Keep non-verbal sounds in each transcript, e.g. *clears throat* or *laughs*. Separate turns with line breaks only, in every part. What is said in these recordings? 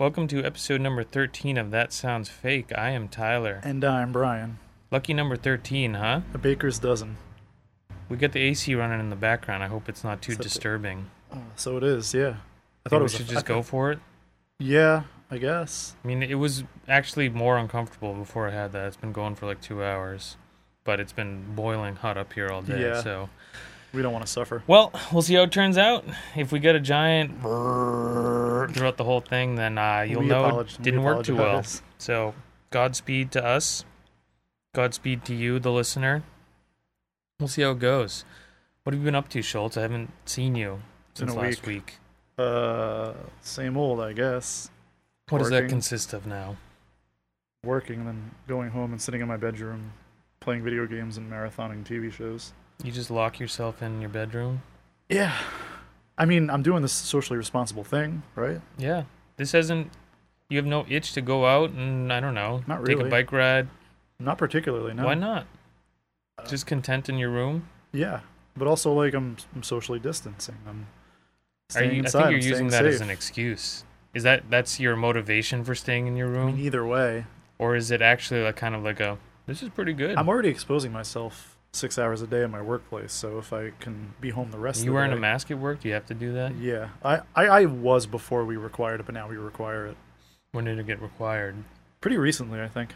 Welcome to episode number 13 of That Sounds Fake. I am Tyler.
And I'm Brian,
Lucky number 13, huh?
a baker's dozen.
We got the AC running in the background. I hope it's not too
Something.
disturbing.
Oh, so it is, yeah. I
I thought we
thought it was
should
a-
just go for it.
Yeah, I guess.
I mean, it was actually more uncomfortable before I had that. It's been going for like two hours, but it's been boiling hot up here all day.
Yeah.
So,
We don't want to suffer.
well, we'll see how it turns out. If we get a giant brrrr throughout the whole thing, then uh, you'll
We
know
apolog-
it
we
didn't work too well.
apologize.
So, Godspeed to us. Godspeed to you, the listener. We'll see how it goes. What have you been up to, Schultz? I haven't seen you
Been
since
a
last week.
Uh, same old, I guess.
What does that
Working.
consist of now?
Working, then going home and sitting in my bedroom, playing video games and marathoning TV shows.
You just lock yourself in your bedroom?
Yeah. I mean, I'm doing this socially responsible thing, right?
Yeah. This hasn't. You have no itch to go out and, I don't know,
Not
take a
really.
bike ride?
Not particularly, no.
Why not? Just content in your room?
Yeah, but also like I'm, I'm socially distancing. I'm.
Are
staying
you, I
inside,
think
I'm
you're using
staying
that as
safe.
an excuse. Is that that's your motivation for staying in your
I
room,
mean, either way,
or is it actually like kind of like a this is pretty good?
I'm already exposing myself six hours a day in my workplace, so if I can be home the rest
you
of the
wearing a
day-
mask at work? Do you have to do that?
Yeah. I, I, I was before we required it, but now we require it.
When did it get required?
Pretty recently, I think.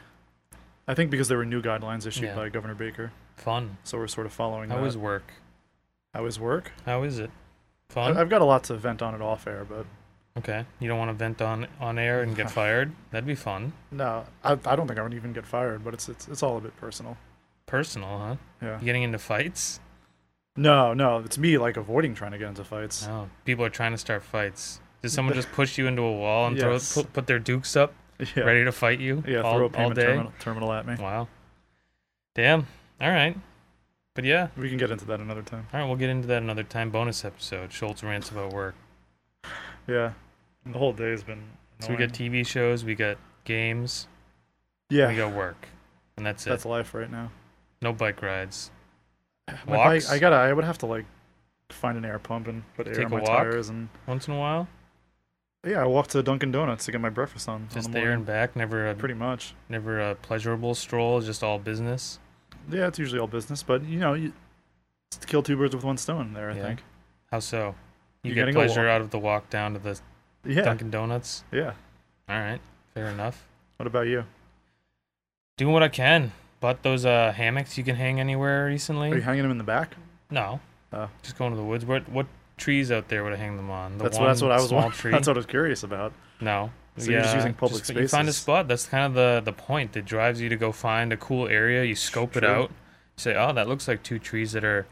I think because there were new guidelines issued
Yeah.
by Governor Baker,
Fun.
so we're sort of following
How
that.
is work?
How is work?
How is it?
I,
Fun.
I've got a lot to vent on it off air, but
okay. You don't want to vent on on air and
*laughs*
get fired. That'd be fun.
no, I, I don't think I would even get fired, but it's, it's, it's all a bit personal.
Personal, huh?
Yeah.
You getting into fights?
No, no, it's me like avoiding trying to get into fights.
No. People are trying to start fights. Did someone just push you into a wall and
Yes.
throw put, put their dukes up,
*laughs* Yeah.
ready to fight you
Yeah,
all,
throw a
all
payment
day?
terminal, terminal at me.
Wow. Damn. All right. But yeah.
We can get into that another time.
All right. We'll get into that another time. Bonus episode. Schultz rants about work.
Yeah. The whole day has been.
So we got
annoying.
TV shows. We got games.
yeah,
We got work. And that's it.
that's life right now.
No bike rides.
*sighs* My bike-
Walks?
I gotta. I would have to like find an air pump and put air
Take
on
a
my
walk?
tires and.
Once in a while,
Yeah, I walked to Dunkin' Donuts to get my breakfast on.
just
on the
there
morning.
and back. Never a
Pretty much.
never a pleasurable stroll. Just all business.
Yeah, it's usually all business, but you know, you it's to kill two birds with one stone. There, I
Yeah.
think.
How so? You
You're
get
getting a walk.
pleasure out of the walk down to the
Yeah.
Dunkin' Donuts.
Yeah.
All right, fair enough.
What about you?
Doing what I can. Bought those uh, hammocks you can hang anywhere recently.
Are you hanging them in the back?
No.
Oh.
Just going to the woods. What what trees out there would I hang them on? The
that's what. That's
one
what I was.
Small
wa- *laughs*
tree.
That's what I was curious about.
No.
So you're just using public
You find a
spaces.
spot. That's kind of the the point that drives you to go find a cool area. You scope it
True.
out. Say, oh, that looks like two trees that are,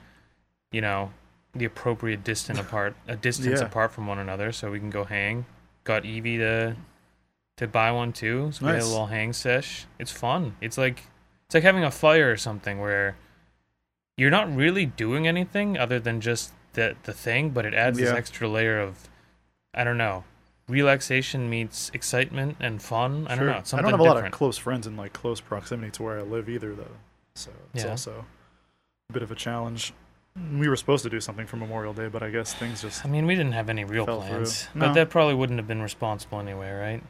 you know, the appropriate distance apart, a distance
Yeah.
apart from one another, so we can go hang. Got Evie to to buy one too, so we had a
Nice.
little hang sesh. It's fun. It's like it's like having a fire or something where you're not really doing anything other than just the the thing, but it adds this
Yeah.
extra layer of I don't know. Relaxation meets excitement and fun. I don't know. It's
I
something
don't have a lot of
different.
close friends in like close proximity to where I live either, though. So it's
Yeah.
also a bit of a challenge. We were supposed to do something for Memorial Day, but I guess things
*sighs*
just
I mean, we didn't have any real
Fell through.
plans, but
No.
that probably wouldn't have been responsible anyway, right?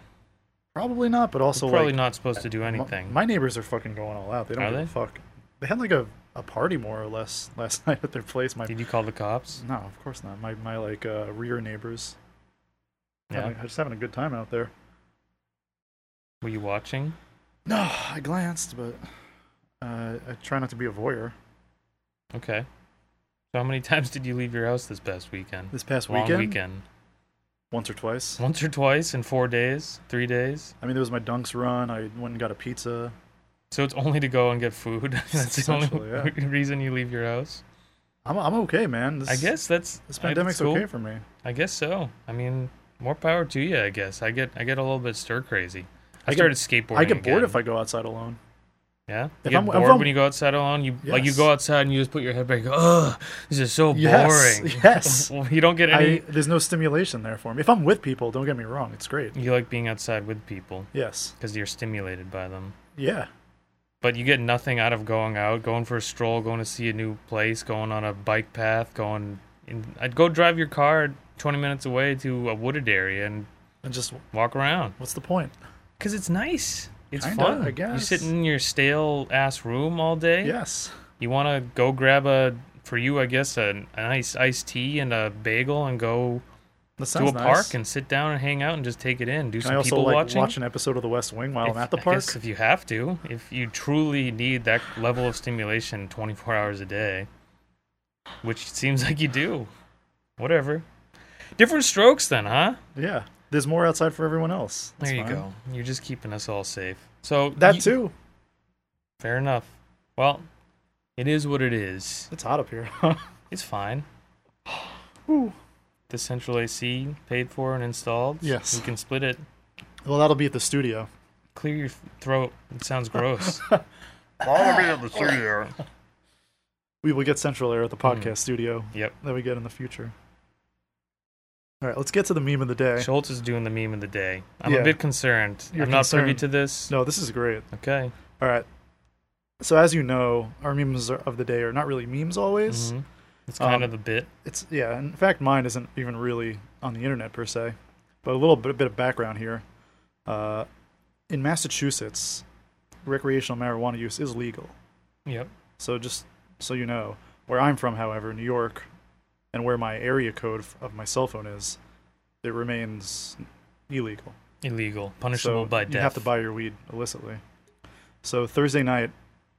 probably not. But also,
probably
like,
not supposed to do
My-
anything.
My, neighbors are fucking going all out. They don't
Are
give
they?
a fuck. They had like a, a party more or less last *laughs* night at their place. My
Did you call the cops?
no, of course not. My my like uh, rear neighbors.
Yeah.
Yeah, just having a good time out there. *sighs*
Were you watching?
No, I glanced, but uh, I try not to be a voyeur.
Okay. So how many *laughs* times did you leave your house this past weekend?
This past
Long
weekend,
weekend.
once or twice.
Once or twice in four days, three days.
I mean, there was my dunks run. I went and got a pizza.
So it's only to go and get food. *laughs* that's the only *laughs*
Essentially,
reason you leave your house.
I'm I'm okay, man. This,
I guess that's
this
I- that's
pandemic's
cool.
okay for me.
I guess so. I mean, more power to you. I guess I get I get a little bit stir crazy. I,
I get-
started skateboarding.
I get bored
again.
if I go outside alone.
yeah. You
if
get
I'm- if
bored
I'm-
when you go outside alone. You like you
Yes.
go outside and you just put your head back. and go, Ugh, this is so
Yes,
boring.
*laughs* yes.
Well, *laughs* you don't get any.
I, there's no stimulation there for me. If I'm with people, don't get me wrong, it's great.
You like being outside with people
Yes.
because you're stimulated by them.
Yeah.
But you get nothing out of going out, going for a stroll, going to see a new place, going on a bike path, going. In, I'd go drive your car 20 minutes away to a wooded area and
And just
walk around
what's the point?
because it's nice. It's
Kinda,
fun.
I
You
guess.
sit in your stale ass room all day.
Yes.
You want to go grab a for you, I guess, a, a nice iced tea and a bagel, and go
That
to
sounds
a
nice.
park and sit down and hang out and just take it in. Do
Can
some
I also
people
like
watching.
watch an episode of The West Wing while
If-
I'm at the
I
park?
guess if you have to, if you truly need that level of stimulation 24 hours a day, which it seems *laughs* like you do. Whatever. Different strokes, then, huh?
Yeah. There's more outside for everyone else. That's
there you
fine.
go. You're just keeping us all safe. So
That
you-
too.
Fair enough. Well, it is what it is.
It's hot up here. *laughs*
It's fine.
*sighs* Whew.
The central AC paid for and installed.
Yes.
We can split it.
well, that'll be at the studio.
Clear your throat. It sounds
*laughs*
gross.
I'll be in the studio.
We will get central air at the podcast studio
yep.
that we get in the future. All right, let's get to the meme of the day.
Schultz is doing the meme of the day. I'm
Yeah.
a bit concerned.
You're
I'm not privy
concerned.
to this.
No, this is great.
Okay.
All right. So as you know, our memes are- of the day are not really memes always.
Mhm. It's kind
um,
of the bit.
It's yeah. In fact, mine isn't even really on the internet per se, but a little bit, bit of background here. Uh, in Massachusetts, recreational marijuana use is legal.
Yep.
So just so you know, where I'm from, however, New York, and where my area code f- of my cell phone is, it remains illegal.
Illegal. Punishable
so
by
you
death.
have to buy your weed illicitly. So Thursday night,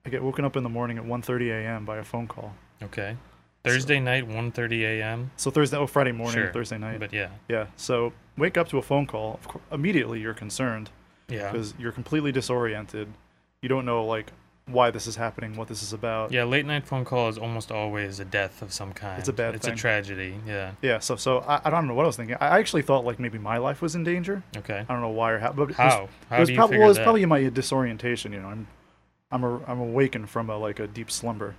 I get woken up in the morning at 1:30 a.m. by a phone call.
okay. Thursday night, 1.30 a.m.
So Thursday, oh Friday morning,
Sure,
Thursday night.
But yeah.
Yeah. So wake up to a phone call. Of cour immediately you're concerned
Yeah.
because you're completely disoriented. You don't know like why this is happening, what this is about.
Yeah, late night phone call is almost always a death of some kind.
a bad
It's
thing.
a tragedy. Yeah.
Yeah, So so I, I don't know what I was thinking. I actually thought like maybe my life was in danger.
Okay.
I don't know why or how. But it was-
How? How
it was
do you
prob-
figure
well, it's
that?
probably my disorientation. You know, I'm I'm a, I'm awakened from a like a deep slumber.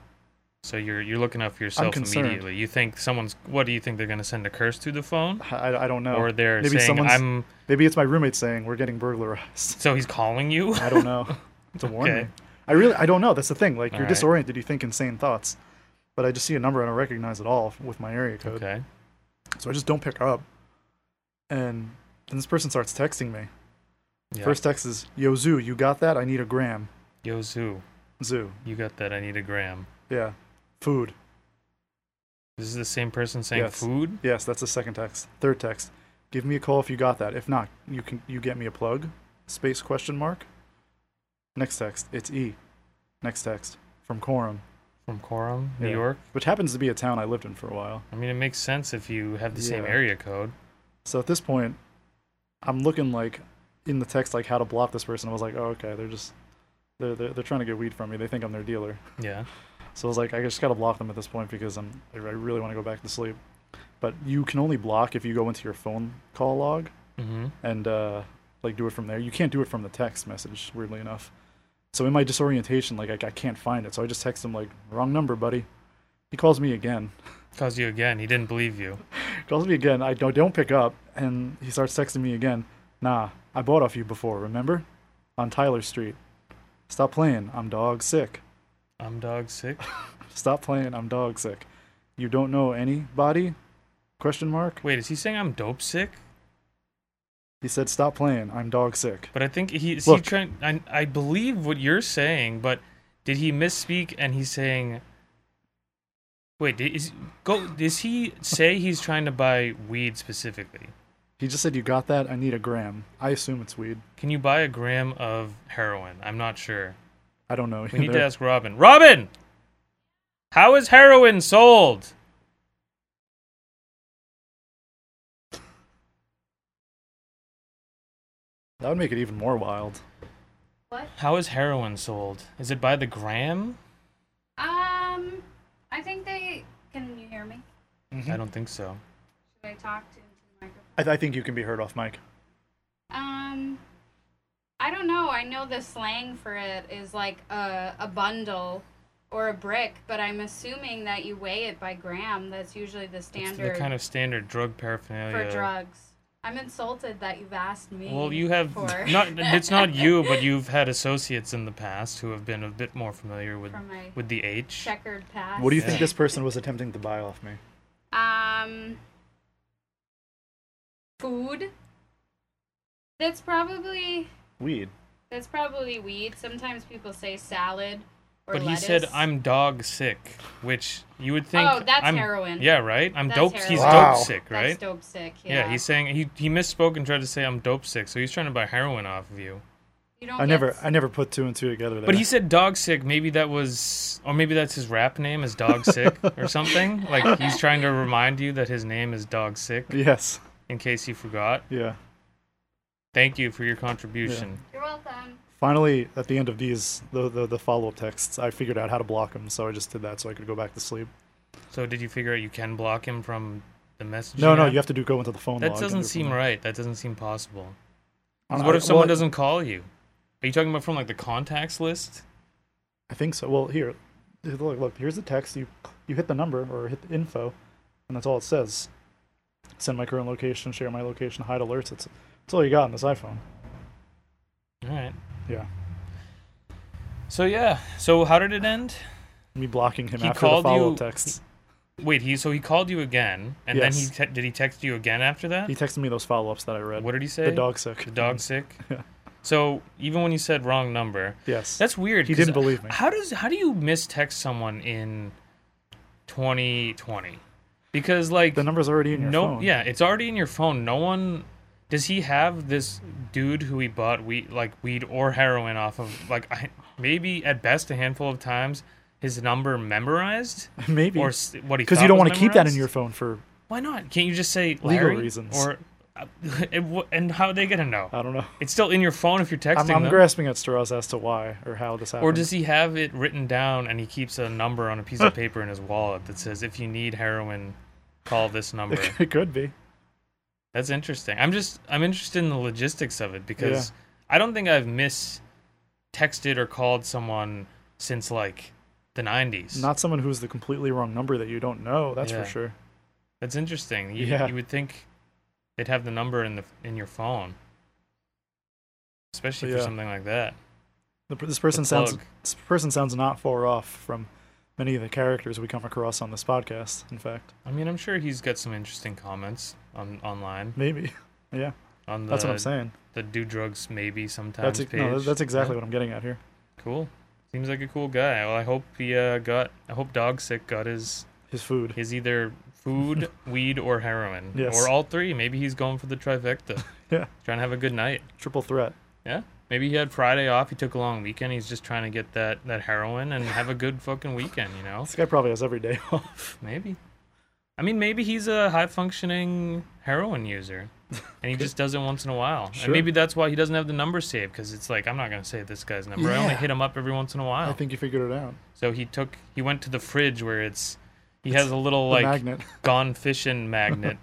So you're you're looking out for yourself
concerned.
immediately. You think someone's what do you think they're gonna send a curse through the phone?
I, I don't know.
Or they're
Oh, maybe
saying
someone's-
I'm
Maybe it's my roommate saying we're getting burglarized. *laughs*
so he's calling you? *laughs*
I don't know. to warn
Okay.
me. I really I don't know. That's the thing. Like you're
Alright.
disoriented, you think insane thoughts. But I just see a number I don't recognize at all with my area code.
okay.
So I just don't pick up. And then this person starts texting me.
Yeah.
First text is, Yo Zoo, you got that? I need a gram.
Yo Zoo,
Zoo.
you got that, I need a gram.
Yeah. Food.
This is the same person saying
Yes.
food?
Yes, that's the second text. Third text. Give me a call if you got that. If not, you can you get me a plug? Space question mark. Next text. It's E. Next text. From Quorum.
From Coram, New
Yeah.
York.
Which happens to be a town I lived in for a while.
I mean it makes sense if you have the same
Yeah.
area code.
So at this point, I'm looking like in the text like how to block this person. I was like, oh okay, they're just they're they're, they're trying to get weed from me. They think I'm their dealer.
Yeah.
So I was like, I just gotta block them at this point because I'm I really want to go back to sleep. But you can only block if you go into your phone call log
Mm-hmm.
and uh, like do it from there. You can't do it from the text message. Weirdly enough. So in my disorientation, like I, I can't find it. So I just text him like wrong number, buddy. He calls me again. *laughs*
Calls you again. He didn't believe you.
calls me again. I don't, don't pick up, and he starts texting me again. Nah, I bought off you before, remember? On Tyler Street. Stop playing. I'm dog sick.
I'm dog sick.
Stop playing. I'm dog sick. You don't know anybody? Question mark.
Wait, is he saying I'm dope sick?
He said, "Stop playing. I'm dog sick."
But I think he is
Look.
he trying. I, I believe what you're saying, but did he misspeak? And he's saying, wait, did, is go? Does he say he's trying to buy weed specifically?
He just said, "You got that? I need a gram." I assume it's weed.
Can you buy a gram of heroin? I'm not sure.
I don't know.
We need to
either.
ask Robin. Robin, how is heroin sold?
That would make it even more wild.
How is heroin sold? Is it by the gram?
Um, I think they can. You hear me?
I don't think so.
Should I talk to, into the microphone?
I, th- I think you can be heard off mic.
Um, I don't know. I know the slang for it is like a a bundle or a brick, but I'm assuming that you weigh it by gram. That's usually the
It's
standard
the kind of standard drug paraphernalia.
for drugs. I'm insulted that you've asked me.
Well, you have
for *laughs*
not. It's not you, but you've had associates in the past who have been a bit more familiar with
From my
with the H.
checkered past.
What do you
Yeah.
think this person was attempting to buy off me?
Um, food. That's probably
Weed.
that's probably weed. Sometimes people say salad or
But he
lettuce.
said, "I'm dog sick," which you would think.
Oh, that's
I'm-
heroin.
Yeah, right. I'm
That's
dope. He's
heroin.
Wow.
dope sick, right?
That's dope sick. Yeah.
yeah. he's saying he he misspoke and tried to say I'm dope sick, so he's trying to buy heroin off of you.
You don't
I never,
get-
I never put two and two together. There.
But he said dog sick. Maybe that was, or maybe that's his rap name is dog sick or something. Like he's trying to remind you that his name is dog sick
*laughs* Yes.
in case you forgot.
Yeah.
Thank you for your contribution.
You're welcome.
Finally, at the end of these, the the, the follow up texts, I figured out how to block them, so I just did that so I could go back to sleep.
So did you figure out you can block him from the message?
No, no, you have to do go into the phone.
That
log
doesn't
under-
seem right. That doesn't seem possible. 'Cause
Uh,
What
I-
if someone
well,
doesn't call you? Are you talking about from like the contacts list?
I think so. Well, here, here, look, look. Here's the text. You you hit the number or hit the info, and that's all it says. Send my current location, share my location, hide alerts. It's that's all you got on this iPhone.
All right.
Yeah,
So yeah. So how did it end?
me blocking him
He
after the
called
follow
you-
up texts.
Wait, he so he called you again, and
Yes.
then he te- did he text you again after that?
He texted me those follow ups that I read.
what did he say?
the dog sick.
The dog sick. So even when you said wrong number,
*laughs* Yes.
that's weird.
He
'cause
didn't believe me.
How does how do you mistext someone in 2020? Because like
the number's already in your
no,
phone.
yeah, it's already in your phone. No one does he have this dude who he bought weed like weed or heroin off of like I, maybe at best a handful of times his number memorized
*laughs* *laughs* Maybe.
or s- what he
because
thought
you don't
was
want to keep that in
memorized?
your phone for
Why not? Can't you just say
Legal
Larry?
reasons.
Or uh, *laughs* and wha- and how are they gonna know?
I don't know.
It's still in your phone if you're *laughs* texting
I'm, I'm
them.
grasping at straws as to why or how this happened.
or does he have it written down and he keeps a number on a piece of paper in his wallet that says, "If you need heroin, call this number."
*laughs* it could be.
That's interesting. I'm just I'm interested in the logistics of it because I don't think I've miss texted or called someone since like the 90s.
Not someone who's the completely wrong number that you don't know. That's
Yeah.
for sure.
That's interesting. You,
Yeah.
you would think they'd have the number in the in your phone, especially for
Yeah.
something like that.
The, per- this person sounds.
plug.
This person sounds not far off from many of the characters we come across on this podcast. In fact,
I mean, I'm sure he's got some interesting comments on online
maybe. *laughs* Yeah,
on the
that's what I'm saying.
the do drugs maybe sometimes
That's ex-
page.
no, that's exactly
Yeah,
what I'm getting at here.
cool. Seems like a cool guy. Well, I hope he uh, got. I hope Dog Sick got his
His food.
his either
*laughs*
food, weed, or heroin,
Yes.
or all three. Maybe he's going for the
*laughs*
trifecta.
*laughs* Yeah.
trying to have a good night.
Triple threat.
Yeah. Maybe he had Friday off. He took a long weekend. He's just trying to get that, that heroin and have a good fucking weekend, you know?
This guy probably has every day *laughs* off.
Maybe. I mean, maybe he's a high functioning heroin user and he just does it once in a while. And
Sure.
maybe that's why he doesn't have the number saved because it's like, I'm not going to save this guy's number. I only
Yeah.
hit him up every once in a while.
I think you figured it out.
so he took, he went to the fridge where it's, he has a little
The
like
magnet.
gone fishing
*laughs*
magnet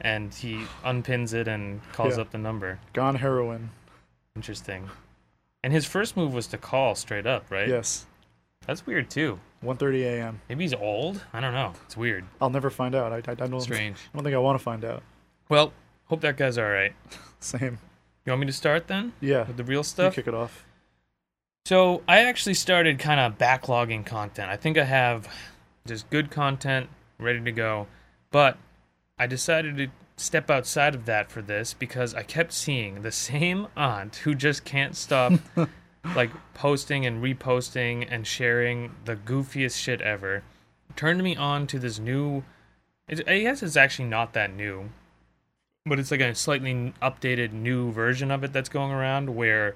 and he unpins it and calls
Yeah.
up the number.
Gone heroin.
Interesting. And his first move was to call straight up, right?
Yes.
That's weird too.
1:30 a.m.
Maybe he's old. I don't know. It's weird.
I'll never find out. I, I, I don't.
Strange.
I don't think I want to find out.
Well, hope that guy's all right.
Same.
You want me to start then
Yeah.
with the real
You
stuff?
kick it off.
So I actually started kind of backlogging content. I think I have just good content ready to go, but I decided to step outside of that for this because I kept seeing the *laughs* same aunt who just can't stop like posting and reposting and sharing the goofiest shit ever. Turned me on to this new. It, I guess it's actually not that new, but it's like a slightly updated new version of it that's going around where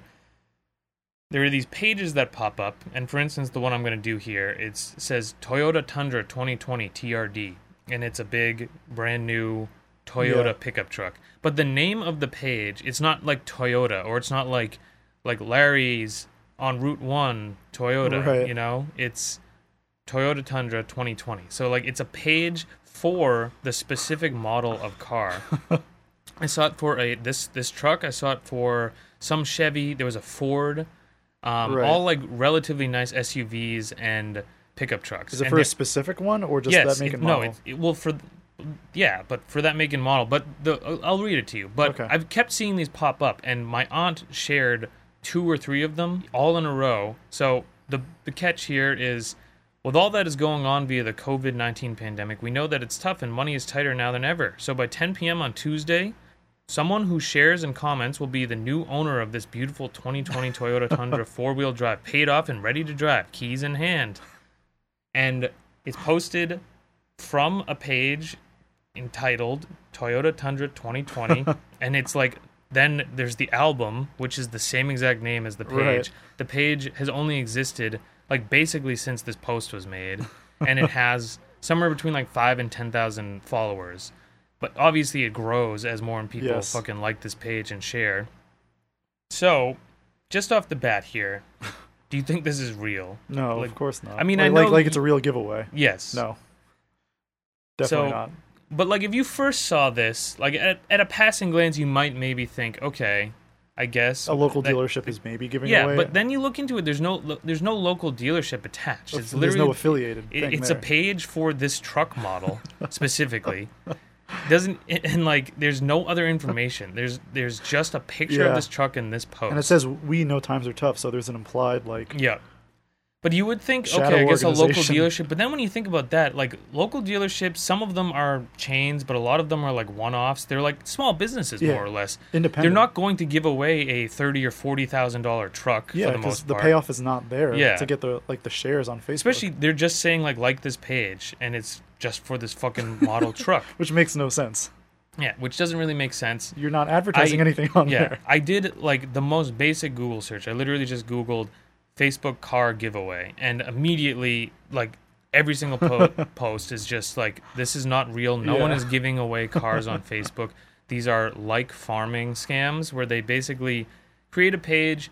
there are these pages that pop up and for instance the one i'm going to do here it's, it says toyota tundra 2020 trd and it's a big brand new toyota
Yeah.
pickup truck but the name of the page it's not like toyota or it's not like like larry's on route 1 toyota
Right.
you know it's toyota tundra 2020 so like it's a page for the specific model of
*laughs*
car I saw it for a this this truck. I saw it for some Chevy. There was a Ford. Um,
Right.
All like relatively nice SUVs and pickup trucks.
Is it
And
for
they-
a specific one or just
yes,
that make
it-
and model?
No, it, it, well for yeah, but for that make and model. But the I'll- I'll read it to you. But
Okay.
I've kept seeing these pop up, and my aunt shared two or three of them all in a row. So the the catch here is. With all that is going on via the COVID 19 pandemic, we know that it's tough and money is tighter now than ever. So by 10 p.m. on Tuesday, Someone who shares and comments will be the new owner of this beautiful 2020 Toyota
*laughs*
Tundra four wheel drive, paid off and ready to drive, keys in hand. And it's posted from a page entitled Toyota Tundra
*laughs*
2020. and it's like, then there's the album, which is the same exact name as the page.
Right.
The page has only existed, like, basically since this post was made. And
*laughs*
it has somewhere between like five and 10,000 followers. But obviously, it grows as more and people
Yes.
fucking like this page and share. So, just off the bat
*laughs*
here, do you think this is real?
No,
Like-
of course not.
I mean, I
like, like,
know
like
you-
it's a real giveaway.
Yes.
No, definitely
So-
not.
But like, if you first saw this, like at, at a passing glance, you might maybe think, okay, I guess
A local
that-
dealership is maybe giving
Yeah,
away.
but then you look into it. There's no lo- there's no local dealership attached. It's
there's no
literally
affiliated.
it-
thing
it's
there.
a page for this truck
*laughs*
model specifically. Doesn't and- and like there's no other information. There's there's just a picture
Yeah.
of this truck in this post.
and it says we know times are tough, so there's an implied like
Yeah. But you would think,
Shadow
okay, I guess a local
organization.
dealership. But then when you think about that, like local dealerships, some of them are chains, but a lot of them are like one offs. They're like small businesses,
Yeah.
more or less.
Independent.
They're not going to give away a thirty or forty thousand dollar truck
yeah,
for the
because
most
the
part.
payoff is not there
Yeah.
to get the like the shares on Facebook,
Especially, they're just saying like like this page, and it's just for this fucking
*laughs*
model truck.
which makes no sense.
Yeah, which doesn't really make sense.
You're not advertising anything on
Yeah,
there.
I did like the most basic Google search. I literally just Googled Facebook car giveaway, and immediately, like every single
*laughs*
po- post is just like, "This is not real. No one
Yeah.
is giving away cars
*laughs*
on Facebook. These are like farming scams, where they basically create a page."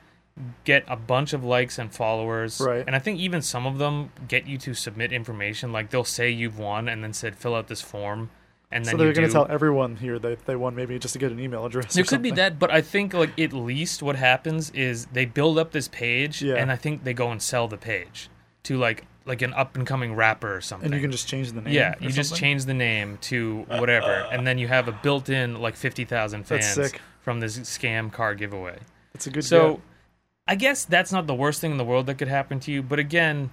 get a bunch of likes and followers
Right.
and i think even some of them get you to submit information like they'll say you've won and then said fill out this form and then
So
you
they're going
do.
to tell everyone here that they won maybe just to get an email address.
There
or
could be
something.
that, but I think like at least what happens is they build up this page,
Yeah.
and I think they go and sell the page to like like an up and coming rapper or something.
and you can just change the name.
yeah,
or
you just
something?
change the name to whatever, and then you have a built in like fifty thousand
That's
fans
sick.
from this scam car giveaway.
It's a good
So,
get.
I guess that's not the worst thing in the world that could happen to you. But again,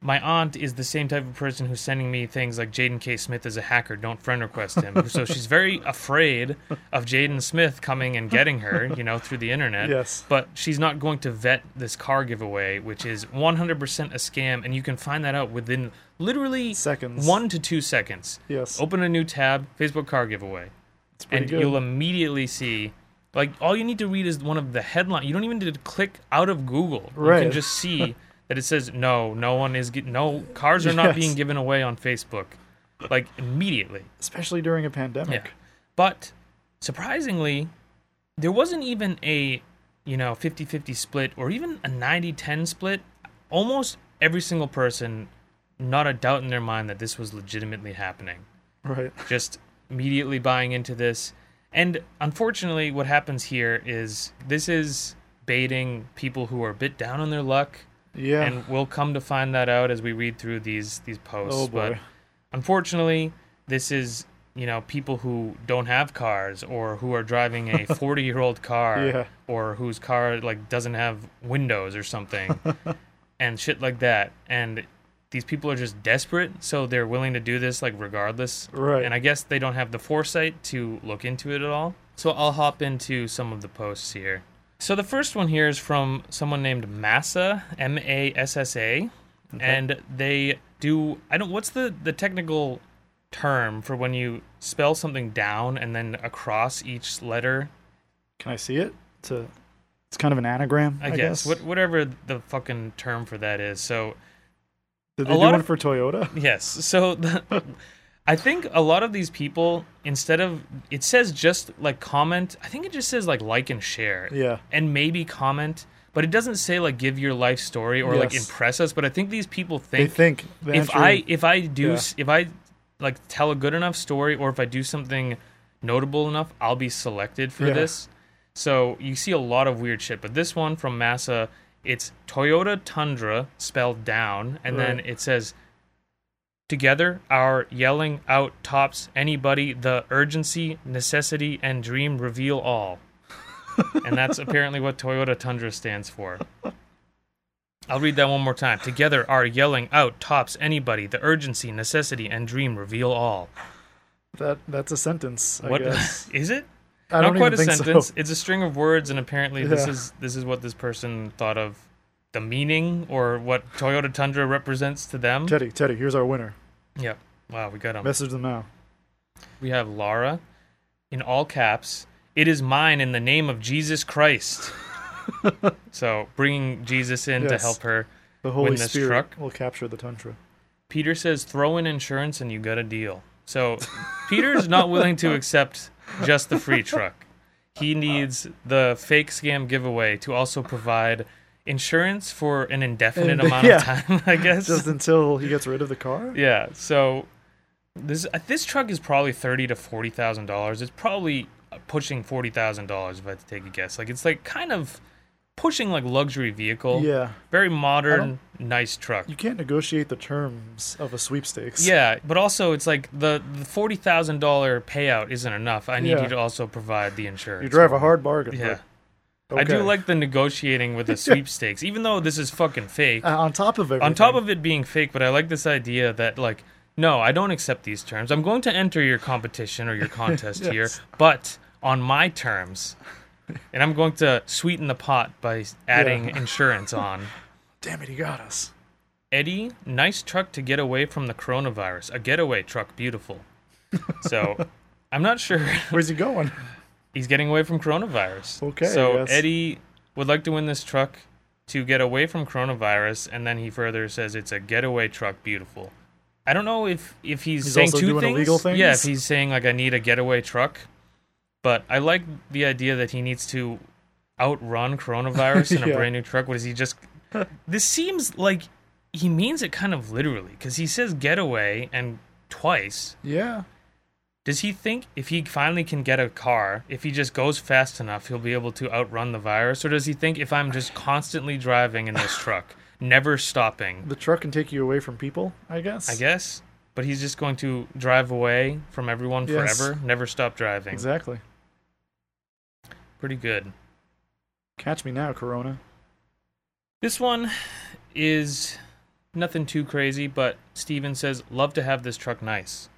my aunt is the same type of person who's sending me things like Jaden K. Smith is a hacker. Don't friend request
*laughs*
him. so she's very afraid of Jaden Smith coming and getting her, you know, through the internet.
Yes.
But she's not going to vet this car giveaway, which is 100% a scam, and you can find that out within literally
Seconds.
one to two seconds.
Yes.
Open a new tab, Facebook car giveaway
It's pretty
and
good.
you'll immediately see like all you need to read is one of the headline you don't even need to click out of google you can
Right.
just
*laughs*
see that it says no no one is get, no cars are not
Yes.
being given away on facebook like immediately
Especially during a pandemic.
yeah but surprisingly there wasn't even a you know 50-50 split or even a 90-10 split almost every single person not a doubt in their mind that this was legitimately happening
*laughs* Right.
just immediately buying into this. And unfortunately, what happens here is this is baiting people who are a bit down on their luck,
Yeah.
and we'll come to find that out as we read through these these posts.
Oh, boy.
But unfortunately, this is you know people who don't have cars or who are driving
*laughs*
a 40 year old car
Yeah.
or whose car like doesn't have windows or
*laughs*
something and shit like that and these people are just desperate so they're willing to do this like regardless
Right.
and i guess they don't have the foresight to look into it at all so i'll hop into some of the posts here so the first one here is from someone named massa m-a-s-s-a and they do i don't what's the the technical term for when you spell something down and then across each letter
Can I see it? It's, a, it's kind of an anagram,
i,
I,
guess, What, whatever the fucking term for that is so
Did
a
they do
lot
one
of-
for Toyota?
Yes. So *laughs* the, I think a lot of these people, instead of it says just like comment, I think it just says like like and share.
Yeah.
And maybe comment, but it doesn't say like give your life story or like
Yes.
impress us. But I think these people
They
think,
think the
if
entry-
I if I do
Yeah.
s if I like tell a good enough story or if I do something notable enough, I'll be selected for
Yeah.
this. So you see a lot of weird shit, but this one from Massa, it's Toyota Tundra spelled down, and then
Right.
it says Together, our yelling out tops anybody. The urgency, necessity, and dream reveal
*laughs*
all. and that's apparently what Toyota Tundra stands for. I'll read that one more time. Together, our yelling out tops anybody. The urgency, necessity, and dream reveal all.
that that's a sentence. I
What *laughs*
guess.
is it?
I
Not
don't
quite a
even think
sentence.
so.
It's a string of words, and apparently this
Yeah.
is this is what this person thought of the meaning or what Toyota Tundra represents to them.
*laughs* Teddy, Teddy, here's our winner.
Yeah. Wow, we got him.
Message them now.
We have Lara in all caps. It is mine in the name of Jesus
*laughs*
Christ. so bringing Jesus in to
Yes.
help her.
The Holy
this
Spirit
truck.
will capture
*laughs*
the tundra.
Peter says, throw in insurance and you got a deal. So Peter's not willing to accept just the free truck. He needs the fake scam giveaway to also provide insurance for an indefinite
And-
amount
yeah.
of time,
*laughs*
I guess.
Just until he gets rid of the car?
Yeah. So this uh, this truck is probably thirty to forty thousand dollars. It's probably uh, pushing forty thousand dollars if I had to take a guess. Like it's like kind of pushing like luxury vehicle.
Yeah.
Very modern, nice truck.
You can't negotiate the terms of a sweepstakes.
Yeah, but also it's like the, the forty thousand dollar payout isn't enough. I need
Yeah.
you to also provide the insurance.
You drive
for
a
me.
hard bargain.
Yeah.
but-
I do
okay.
like the negotiating
*laughs*
with the sweepstakes, even though this is fucking fake.
Uh, on top of everything.
on top of it being fake, but I like this idea that like, no, I don't accept these terms. I'm going to enter your competition or your
*laughs*
contest here,
Yes.
but on my terms. And I'm going to sweeten the pot by s- adding insurance
*laughs*
on.
Damn it, he got us.
Eddie, nice truck to get away from the coronavirus. A getaway truck, beautiful. So I'm not sure
Where's
*laughs*
he going?
he's getting away from coronavirus.
Okay,
So
yes.
Eddie would like to win this truck to get away from coronavirus, and then he further says it's a getaway truck, beautiful. I don't know if if he's,
He's
saying
also
two
doing
things.
illegal
Yeah, if
things?
he's saying like I need a getaway truck, but I like the idea that he needs to outrun coronavirus
*laughs*
in a
Yeah.
brand new truck. What is he
*laughs*
just? this seems like he means it kind of literally because he says getaway and twice.
Yeah.
Does he think if he finally can get a car, if he just goes fast enough, he'll be able to outrun the virus? Or does he think if I'm just constantly driving in this truck, never stopping,
The truck can take you away from people, I guess.
I guess? But he's just going to drive away from everyone
Yes.
forever, never stop driving.
Exactly.
Pretty good.
Catch me now, Corona.
This one is nothing too crazy, but Steven says, Love to have this truck nice.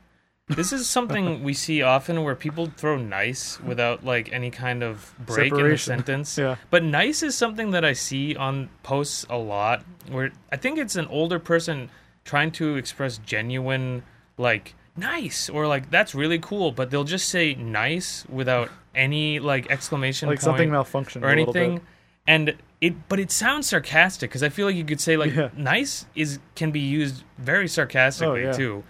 This is
*laughs*
something we see often where people throw nice without like any kind of break in the
Separation.
sentence.
Yeah.
But nice is something that I see on posts a lot where I think it's an older person trying to express genuine like nice or like that's really cool, but they'll just say nice without any like exclamation
Like
point
something malfunctioned
or
a little bit.
anything. And it, but it sounds sarcastic because I feel like you could say like
Yeah.
"nice" is can be used very sarcastically
Oh, yeah.
too.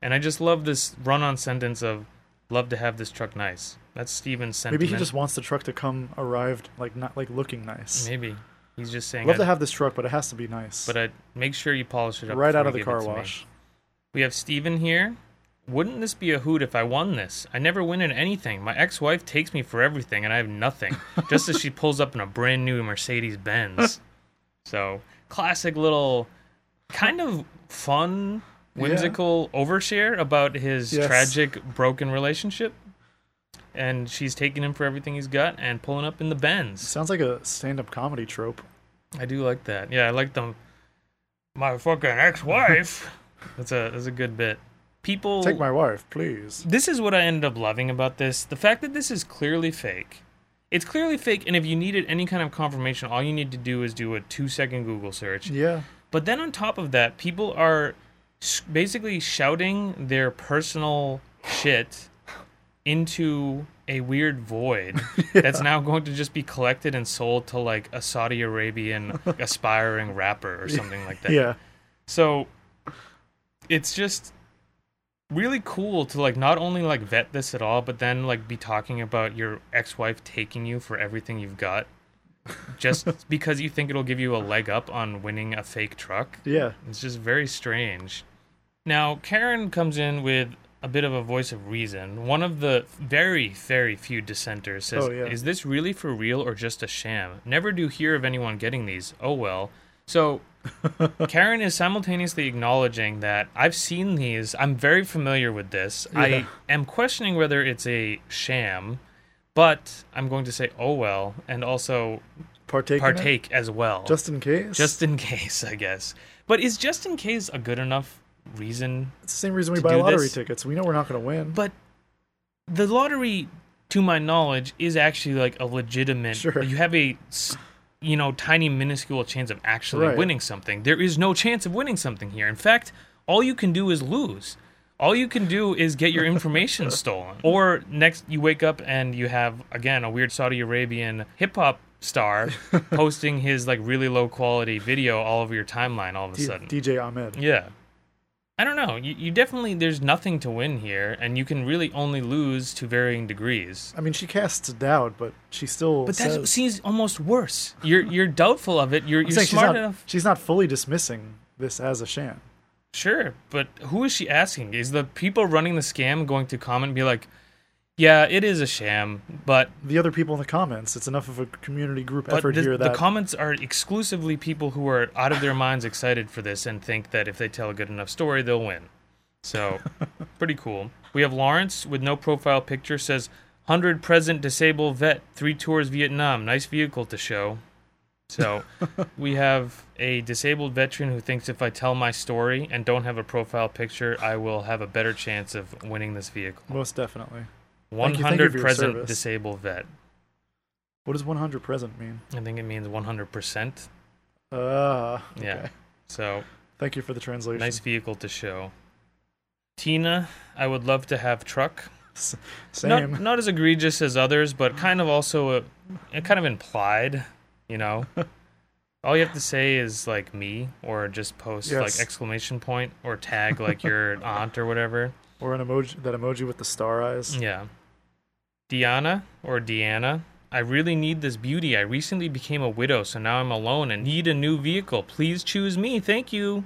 And I just love this run-on sentence of "love to have this truck nice." That's Steven's sentiment.
Maybe he just wants the truck to come arrived like not like looking nice.
maybe he's just saying
Love
"I-
to have this truck, but it has to be nice.
but I make sure you polish it up
right
before
out of
you
the
give it
car
to me.
wash.
We have Steven here. Wouldn't this be a hoot if I won this? I never win in anything. My ex-wife takes me for everything, and I have nothing. Just as she pulls up in a brand new Mercedes Benz. so classic little, kind of fun, whimsical overshare about his
Yes.
tragic broken relationship. And she's taking him for everything he's got and pulling up in the Benz.
Sounds like a stand-up comedy trope.
I do like that. Yeah, I like them. My fucking ex-wife. that's a that's a good bit. People
Take my wife, please.
This is what I ended up loving about this. The fact that this is clearly fake. It's clearly fake, and if you needed any kind of confirmation, all you need to do is do a two-second Google search.
Yeah.
But then on top of that, people are s- basically shouting their personal shit into a weird void that's now going to just be collected and sold to like a Saudi Arabian aspiring rapper or something like that.
Yeah.
So it's just really cool to like not only like vet this at all, but then like be talking about your ex-wife taking you for everything you've got just because you think it'll give you a leg up on winning a fake truck.
Yeah.
It's just very strange. Now, Karen comes in with a bit of a voice of reason. One of the very, very few dissenters says,
Oh, yeah.
Is this really for real or just a sham? Never do hear of anyone getting these. Oh, well.
*laughs*
So, Karen is simultaneously acknowledging that I've seen these. I'm very familiar with this. I
Yeah.
am questioning whether it's a sham, but I'm going to say, oh, well, and also
Partake. in it?
partake as well
Just in case.
just in *laughs* case, I guess. But is just in case a good enough reason?
it's the same reason we
to
buy
do
lottery
this.
tickets. We know we're not going to win.
But the lottery to my knowledge, is actually like a legitimate.
Sure.
You have a, s- you know, tiny minuscule chance of actually
Right.
winning something. There is no chance of winning something here. In fact, all you can do is lose. All you can do is get your *laughs* information stolen. Or next, you wake up and you have again a weird Saudi Arabian hip hop *laughs* star posting his like really low quality video all over your timeline. All of a
D-
sudden,
DJ Ahmed.
yeah. I don't know. You, you definitely, there's nothing to win here, and you can really only lose to varying degrees.
I mean, she casts doubt, but she still.
But that
says,
seems almost worse. You're you're doubtful of it. You're,
I'm
you're
saying she's
smart
not,
enough.
She's not fully dismissing this as a sham.
Sure, but who is she asking? Is the people running the scam going to comment and be like, yeah, it is a sham, but,
The other people in the comments, it's enough of a community group
but
effort
the,
here
the
that
comments are exclusively people who are out of their minds excited for this and think that if they tell a good enough story, they'll win.
*laughs*
So, pretty cool. We have Lawrence with no profile picture says 100 present disabled vet, three tours Vietnam. Nice vehicle to show.
*laughs*
So, we have a disabled veteran who thinks if I tell my story and don't have a profile picture, I will have a better chance of winning this vehicle.
most definitely. Thank you- thank you
100
for your
present
service.
disabled vet.
What does 100 present mean?
I think it means 100%.
Uh,
Yeah.
okay.
So,
Thank you for the translation.
nice vehicle to show. Tina, I would love to have truck.
S-
not
Same. Mm.
not as egregious as others, but kind of also a, it kind of implied, you
*laughs*
know. All you have to say is like me, or just post
Yes.
like exclamation point, or
*laughs*
tag like your aunt or whatever.
Or an emoji, that emoji with the star eyes.
Yeah. Diana or Deanna, I really need this beauty. I recently became a widow, so now I'm alone and need a new vehicle. Please choose me. Thank you.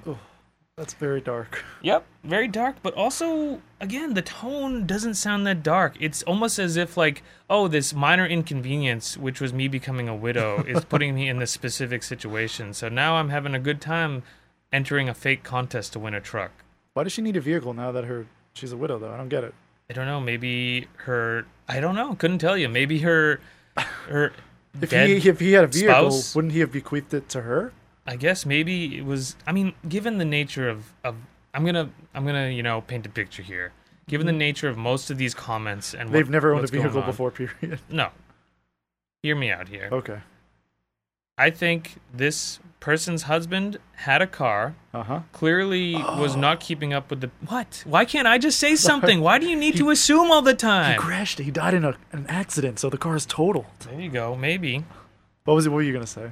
That's very dark.
Yep, very dark, but also again, the tone doesn't sound that dark. It's almost as if like, oh, this minor inconvenience, which was me becoming a widow,
*laughs*
is putting me in this specific situation. So now I'm having a good time entering a fake contest to win a truck.
Why does she need a vehicle now that her she's a widow though? I don't get it.
I don't know, maybe her I don't know, couldn't tell you. Maybe her her
*laughs* If
dead
he if he had a vehicle,
spouse?
wouldn't he have bequeathed it to her?
I guess maybe it was. I mean, given the nature of, of I'm gonna I'm gonna you know paint a picture here. Given the nature of most of these comments and what-
Mm-hmm. They've never owned a
what's going
vehicle
on-
before, period. *laughs*
No, hear me out here.
Okay.
I think this person's husband had a car.
Uh huh.
Clearly,
Oh.
was not keeping up with the what? Why can't I just
*laughs*
say something? Why do you need to assume all the
He
time?
crashed. He died in a, an accident, so the car is totaled.
there you go. Maybe
What was it? What were you gonna say?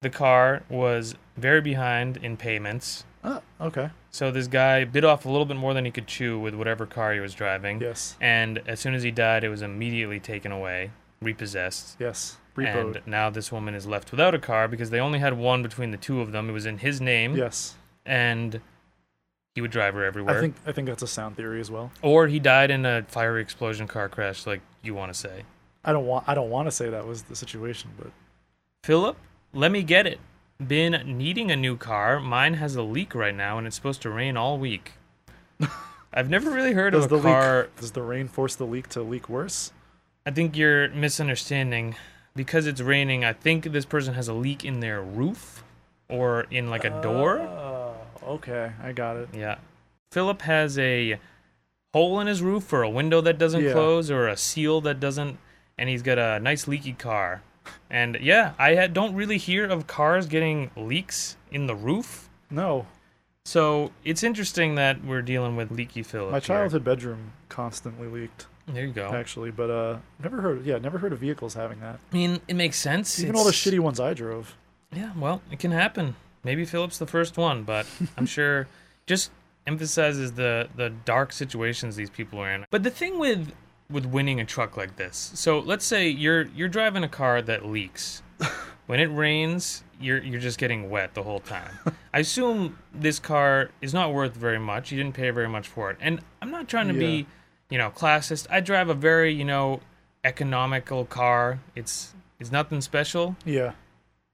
the car was very behind in payments.
Ah, okay.
So this guy bit off a little bit more than he could chew with whatever car he was driving.
Yes.
And as soon as he died, it was immediately taken away, repossessed.
Yes. Repoed.
And now this woman is left without a car because they only had one between the two of them. It was in his name,
yes.
and he would drive her everywhere.
I think I think that's a sound theory as well.
or he died in a fiery explosion car crash, like you want to say.
I don't want I don't want to say that was the situation, but
Philip, let me get it. Been needing a new car. Mine has a leak right now, and it's supposed to rain all
*laughs*
week. I've never really heard
does
of a
the
car
leak does the rain force the leak to leak worse?
I think you're misunderstanding. Because it's raining, I think this person has a leak in their roof or in like a door.
Oh, okay. I got it.
Yeah. Philip has a hole in his roof or a window that doesn't
Yeah.
close or a seal that doesn't and he's got a nice leaky car. And yeah, I had, don't really hear of cars getting leaks in the roof.
No,
So it's interesting that we're dealing with leaky Philip.
my
here.
childhood bedroom constantly leaked.
There you go.
actually, but uh, never heard. Yeah, never heard of vehicles having that.
I mean, it makes sense.
Even all the
It's-
shitty ones I drove.
Yeah, well, it can happen. Maybe Philip's the first one, but I'm sure just emphasizes the the dark situations these people are in. But the thing with with winning a truck like this. So, let's say you're you're driving a car that leaks. When it rains, you're you're just getting wet the whole time. I assume this car is not worth very much. You didn't pay very much for it. And I'm not trying to
Yeah.
be, you know, classist. I drive a very, you know, economical car. It's it's nothing special
Yeah,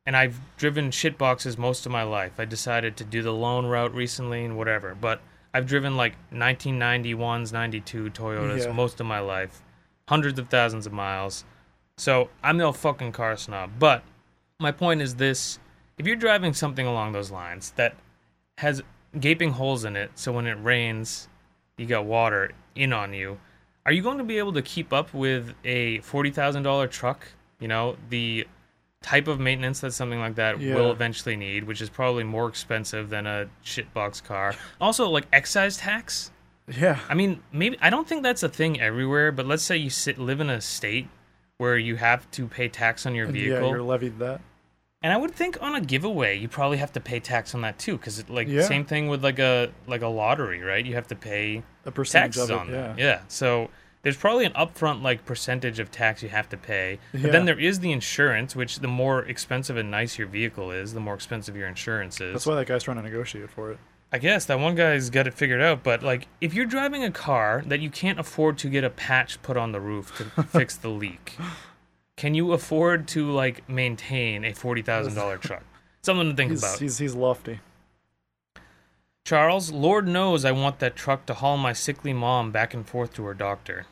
and I've driven shit boxes most of my life. I decided to do the loan route recently and whatever, but I've driven like 1991s, 92 Toyotas
Yeah.
most of my life, hundreds of thousands of miles. So I'm no fucking car snob. But my point is this if you're driving something along those lines that has gaping holes in it, so when it rains, you got water in on you, Are you going to be able to keep up with a forty thousand dollar truck? You know the type of maintenance that something like that
Yeah.
will eventually need, which is probably more expensive than a shitbox car. Also, like excise tax.
Yeah.
I mean, maybe I don't think that's a thing everywhere, but let's say you sit, live in a state where you have to pay tax on your
And
vehicle.
Yeah, you're levied that.
And I would think on a giveaway, you probably have to pay tax on that too, because like
Yeah.
same thing with like a like a lottery, right? You have to pay
A percentage
taxes
of it.
on
yeah.
that. Yeah. So there's probably an upfront like percentage of tax you have to pay. But
Yeah.
then there is the insurance, which the more expensive and nice your vehicle is, the more expensive your insurance is.
That's why that guy's trying to negotiate for it.
I guess that one guy's got it figured out, but like if you're driving a car that you can't afford to get a patch put on the roof
*laughs*
to fix the leak, can you afford to like maintain a forty thousand
*laughs*
dollar truck? Something to think
He's,
about.
he's he's lofty.
Charles, Lord knows I want that truck to haul my sickly mom back and forth to her doctor.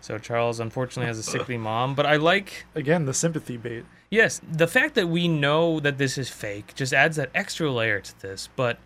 So Charles unfortunately has a sickly mom, but I like
Again, the sympathy bait.
Yes, the fact that we know that this is fake just adds that extra layer to this, but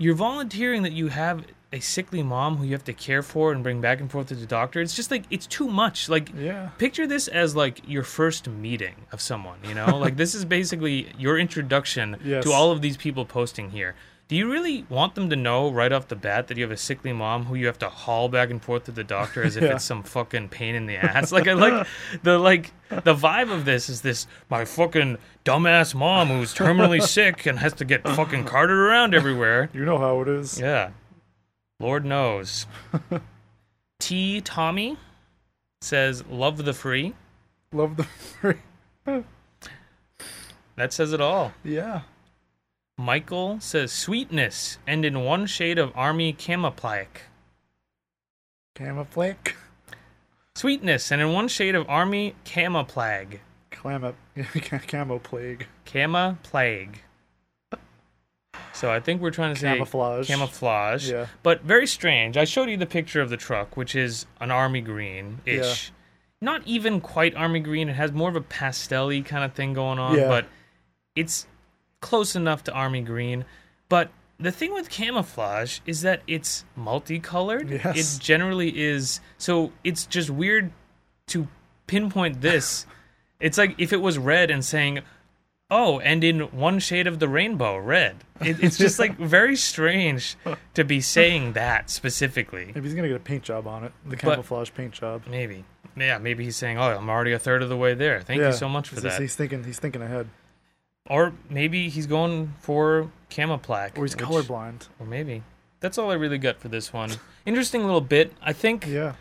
you're volunteering that you have a sickly mom who you have to care for and bring back and forth to the doctor. It's just like it's too much. Like
Yeah.
picture this as like your first meeting of someone, you know? like this
*laughs*
is basically your introduction
Yes.
to all of these people posting here. Do you really want them to know right off the bat that you have a sickly mom who you have to haul back and forth to the doctor as if
Yeah.
it's some fucking pain in the ass? Like I
*laughs*
like the like the vibe of this is this my fucking dumbass mom who's
*laughs*
terminally sick and has to get fucking carted around everywhere.
You know how it is.
Yeah. Lord
*laughs*
knows. T Tommy says love the free.
Love the free.
That says it all.
Yeah.
Michael says sweetness and in one shade of army camouflage.
Camouflage.
Sweetness and in one shade of army camouflage.
Clam *laughs* camo plague.
Cama plague. So I think we're trying to say
Camouflage.
Camouflage.
Yeah.
But very strange. I showed you the picture of the truck, which is an army green ish. Not even quite army green. It has more of a pastel y kind of thing going on,
Yeah.
but it's close enough to army green. But the thing with camouflage is that it's multicolored.
Yes.
It generally is. So it's just weird to pinpoint this. it's like if it was red and saying, oh, and in one shade of the rainbow, red. It, it's just
*laughs*
like very strange to be saying that specifically.
Maybe he's gonna get a paint job on it. The
But-
camouflage paint job.
Maybe. Yeah, maybe he's saying, oh, I'm already a third of the way there. Thank
Yeah.
you so much for
he's,
that.
He's thinking. He's thinking ahead.
Or maybe he's going for camouflage.
Or he's
which-
colorblind.
Or maybe. That's all I really got for this one. Interesting little bit. I think
Yeah.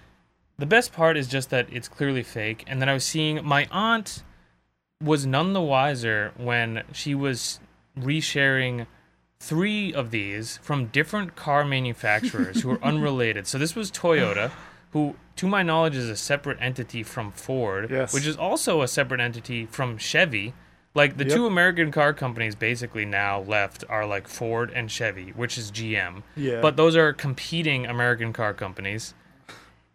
the best part is just that it's clearly fake. And then I was seeing my aunt was none the wiser when she was resharing three of these from different car manufacturers who
*laughs*
are unrelated. So this was Toyota, who, to my knowledge, is a separate entity from Ford,
Yes.
which is also a separate entity from Chevy. Like the
Yep.
two American car companies basically now left are like Ford and Chevy, which is GM.
Yeah.
But those are competing American car companies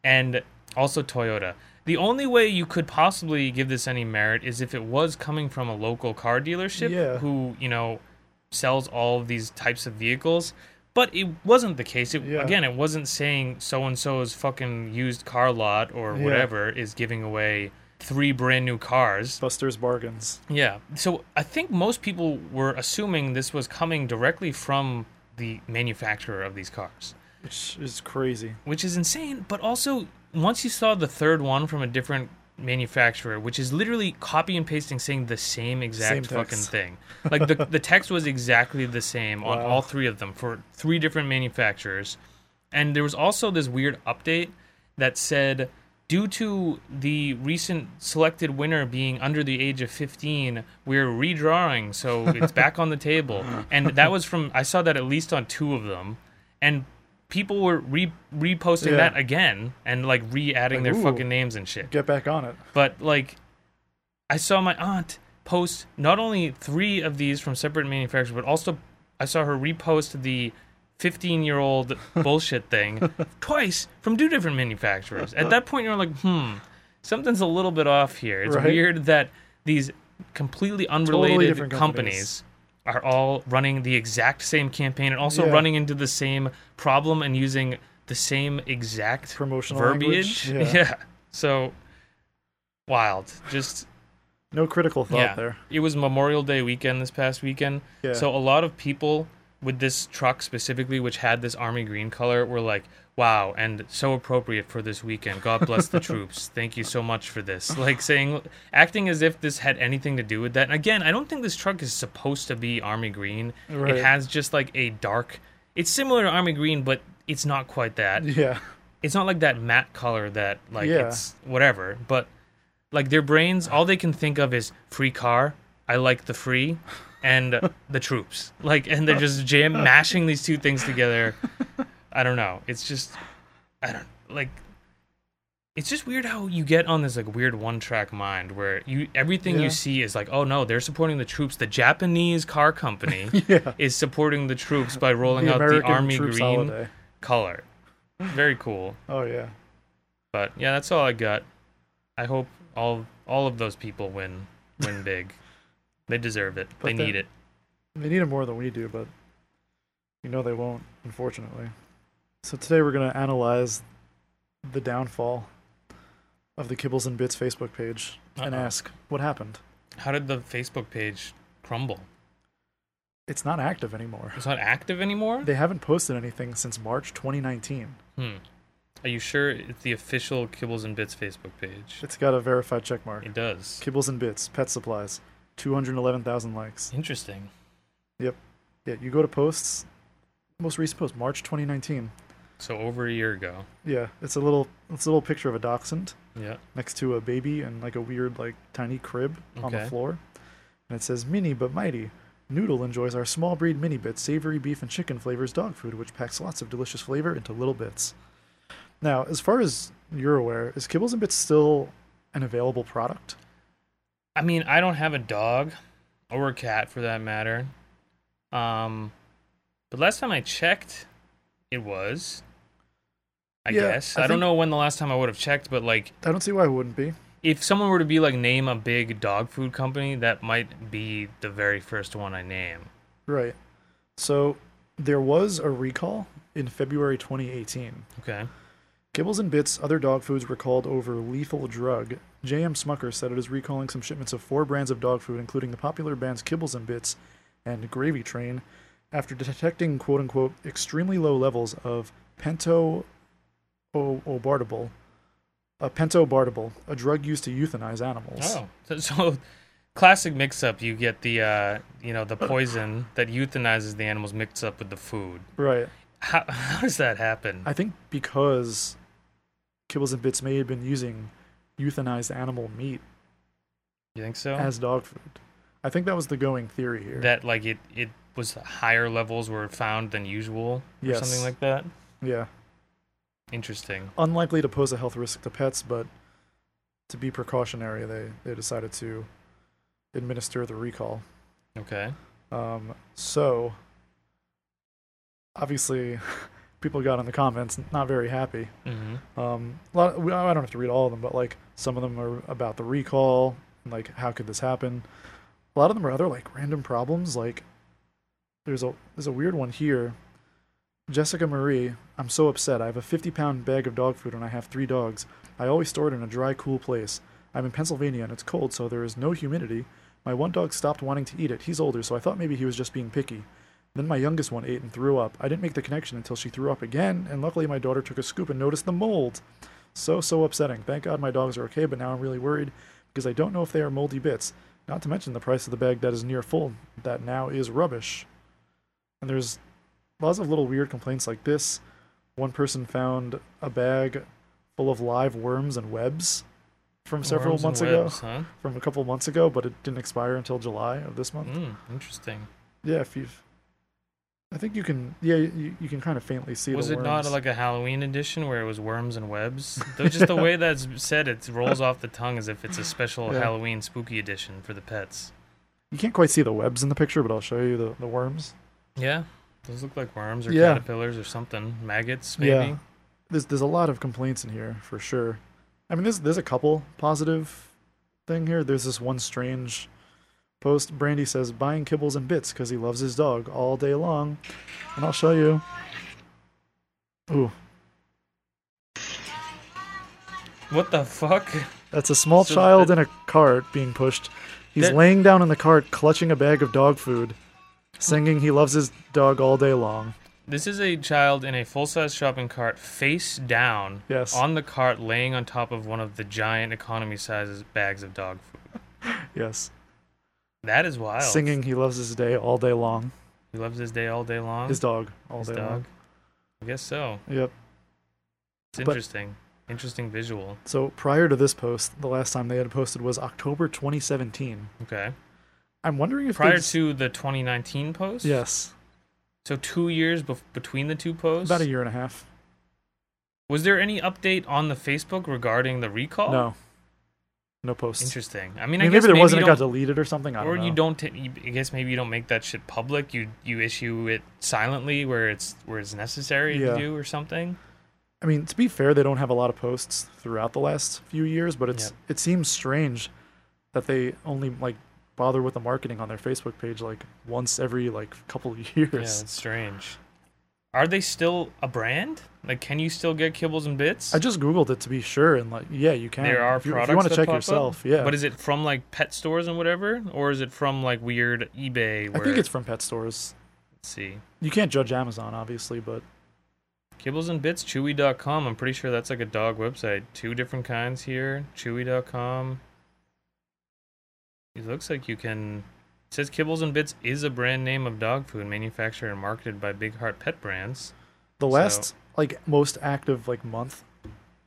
and also Toyota. The only way you could possibly give this any merit is if it was coming from a local car dealership
Yeah.
who, you know, sells all of these types of vehicles. But it wasn't the case. It,
Yeah.
Again, it wasn't saying so and so's fucking used car lot or
Yeah.
whatever is giving away three brand new cars.
Buster's bargains.
Yeah. So I think most people were assuming this was coming directly from the manufacturer of these cars
Which is crazy.
which is insane. But also, once you saw the third one from a different manufacturer, which is literally copy and pasting saying the same exact
Same
fucking
text.
thing, like the the text was exactly the same on
Wow.
all three of them for three different manufacturers, and there was also this weird update that said. Due to the recent selected winner being under the age of 15, we're redrawing, so
*laughs*
it's back on the table. And that was from, I saw that at least on two of them. And people were re- reposting
Yeah.
that again and like re-adding
Like,
their
ooh.
fucking names and shit.
Get back on it.
But like, I saw my aunt post not only three of these from separate manufacturers, but also I saw her repost the 15 year
*laughs*
old bullshit thing twice from two different manufacturers. At that point, you're like, hmm, something's a little bit off here. It's
Right.
weird that these completely unrelated
different
companies.
companies.
are all running the exact same campaign and also
Yeah.
running into the same problem and using the same exact
Promotional
verbiage.
language,
*laughs* Yeah. So wild.
*laughs*
Just
No critical thought
yeah.
there. *laughs*
It was Memorial Day weekend this past weekend.
Yeah.
So a lot of people with this truck specifically, which had this army green color, were like, "Wow!" and so appropriate for this weekend. God bless
*laughs*
the troops. Thank you so much for this. *laughs* Like saying, acting as if this had anything to do with that. And again, I don't think this truck is supposed to be army green.
Right.
It has just like a dark. It's similar to army green, but it's not quite that
Yeah.
it's not like that matte color that like
Yeah.
it's whatever but like their brains all they can think of is free car i like the free and the troops *laughs* like and they're just jam mashing these two things together i don't know it's just i don't like it's just weird how you get on this like weird one track mind where you everything
Yeah.
you see is like oh no they're supporting the troops the japanese car company
*laughs* Yeah.
is supporting the troops by rolling
the
out
American
the army
troops
green
holiday.
color very cool
Oh yeah.
but yeah, that's all I got. I hope all all of those people win
*laughs*
win big. they deserve it.
But
they need
then-
it.
They need it more than we do, but you know they won't, unfortunately. So today we're gonna analyze the downfall of the Kibbles and Bits Facebook page and
Uh-oh.
ask what happened.
How did the Facebook page crumble?
It's not active anymore.
It's not active anymore.
They haven't posted anything since March 2019.
Hmm. Are you sure it's the official Kibbles and Bits Facebook page?
It's got a verified check mark.
It does.
Kibbles and Bits, Pet Supplies, 211,000 likes.
Interesting.
Yeah, you go to posts, most recent post, March 2019.
So over a year ago.
Yeah, it's a little, it's a little picture of a dachshund.
Yeah.
next to a baby and like a weird like tiny crib on the
Okay.
floor and it says mini but mighty noodle enjoys our small breed mini bits savory beef and chicken flavors dog food which packs lots of delicious flavor into little bits now as far as you're aware is kibbles and bits still an available product
I mean, I don't have a dog or a cat for that matter. Um, but last time I checked, it was. I
Yeah,
guess
I
I, don't
think-
know when the last time I would have checked, but like
i don't see why it wouldn't be
if someone were to be like name a big dog food company, that might be the very first one I name.
right so there was a recall in february 2018
Okay.
Kibbles and Bits, other dog foods recalled over lethal drug. J.M. Smucker said it is recalling some shipments of four brands of dog food, including the popular brands Kibbles and Bits and Gravy Train, after detecting quote unquote extremely low levels of pento obartable, a pentobartable, a drug used to euthanize animals.
Oh, so, *laughs* so classic mix-up. You get the uh, you know the
*clears throat*
poison that euthanizes the animals mixed up with the food.
Right.
How, how does that happen?
I think because Kibbles and Bits may have been using euthanized animal meat
You think so?
as dog food. I think that was the going theory here.
Oh. that like it it was higher levels were found than usual or
Yes.
something like that.
yeah.
Interesting.
unlikely to pose a health risk to pets, but to be precautionary, they, they decided to administer the recall.
Okay.
Um, so, obviously, *laughs* people got in the comments not very happy.
Mm-hmm.
Um, a lot, we- I don't have to read all of them, but like some of them are about the recall, and, like how could this happen. A lot of them are other like random problems. Like there's a there's a weird one here. Jessica Marie, I'm so upset. I have a 50 pound bag of dog food and I have three dogs. I always store it in a dry, cool place. I'm in Pennsylvania and it's cold, so there is no humidity. My one dog stopped wanting to eat it. He's older, so I thought maybe he was just being picky. Then my youngest one ate and threw up. I didn't make the connection until she threw up again, and luckily my daughter took a scoop and noticed the mold. So, so upsetting. Thank God my dogs are okay, but now I'm really worried because I don't know if they are moldy bits. Not to mention the price of the bag that is near full, that now is rubbish. And there's lots of little weird complaints like this. One person found a bag full of live worms and webs from several
Worms and
months ago,
webs, Huh?
from a couple months ago, but it didn't expire until July of this month.
Mm, interesting.
Yeah, if you've, I think you can. Yeah, you, you can kind of faintly see.
Was
the
it not
worms.
like a Halloween edition where it was worms and webs? Though just the way that's
*laughs*
said, it rolls off the tongue as if it's a special
Yeah.
Halloween spooky edition for the pets.
you can't quite see the webs in the picture, but I'll show you the, the worms.
Yeah, those look like worms or
Yeah.
caterpillars or something, maggots maybe.
Yeah, there's there's a lot of complaints in here for sure. I mean, there's there's a couple positive thing here. There's this one strange post. Brandy says buying kibbles and bits because he loves his dog all day long, and I'll show you. Ooh,
What the fuck?
That's a small
So
child
that-
in a cart being pushed. He's
That-
laying down in the cart, clutching a bag of dog food, singing he loves his dog all day long.
This is a child in a full-size shopping cart, face down,
Yes.
on the cart, laying on top of one of the giant economy sizes bags of dog food.
Yes.
That is wild.
Singing he loves his day all day long.
He loves his day all day long.
His dog all
His
day
dog.
long.
I guess so.
Yep.
It's
But-
interesting. Interesting visual.
So prior to this post, the last time they had posted was October 2017.
Okay.
I'm wondering if they
Prior
just-
to the 2019 post.
yes,
So two years bef- between the two posts.
about a year and a half.
Was there any update on the Facebook regarding the recall?
No, no posts.
Oh. Interesting. I
I
mean, I,
mean,
guess
maybe there wasn't.
you
It got
don't-
deleted or something. I don't
or
know.
you don't. ta- you- I guess maybe you don't make that shit public. You you issue it silently where it's where it's necessary
Yeah.
to do or something.
I mean, to be fair, they don't have a lot of posts throughout the last few years, but it's it seems strange that they only like bother with the marketing on their Facebook page like once every like couple *laughs* of
Yeah,
years.
it's strange. Are they still a brand? Like, can you still get kibbles and bits?
I just googled it to be sure, and like, yeah, you can.
there are
if you,
products
If you want
that
to check
pop up?
yourself, yeah.
But is it from like pet stores and whatever, or is it from like weird eBay?
I
Where,
think it's from pet stores.
Let's see.
You can't judge Amazon, obviously, but
Kibbles and Bits, Chewy.com. I'm pretty sure that's like a dog website. Two different kinds here. Chewy.com. It looks like you can. It says Kibbles and Bits is a brand name of dog food manufactured and marketed by Big Heart Pet Brands.
the
So-
last like most active like month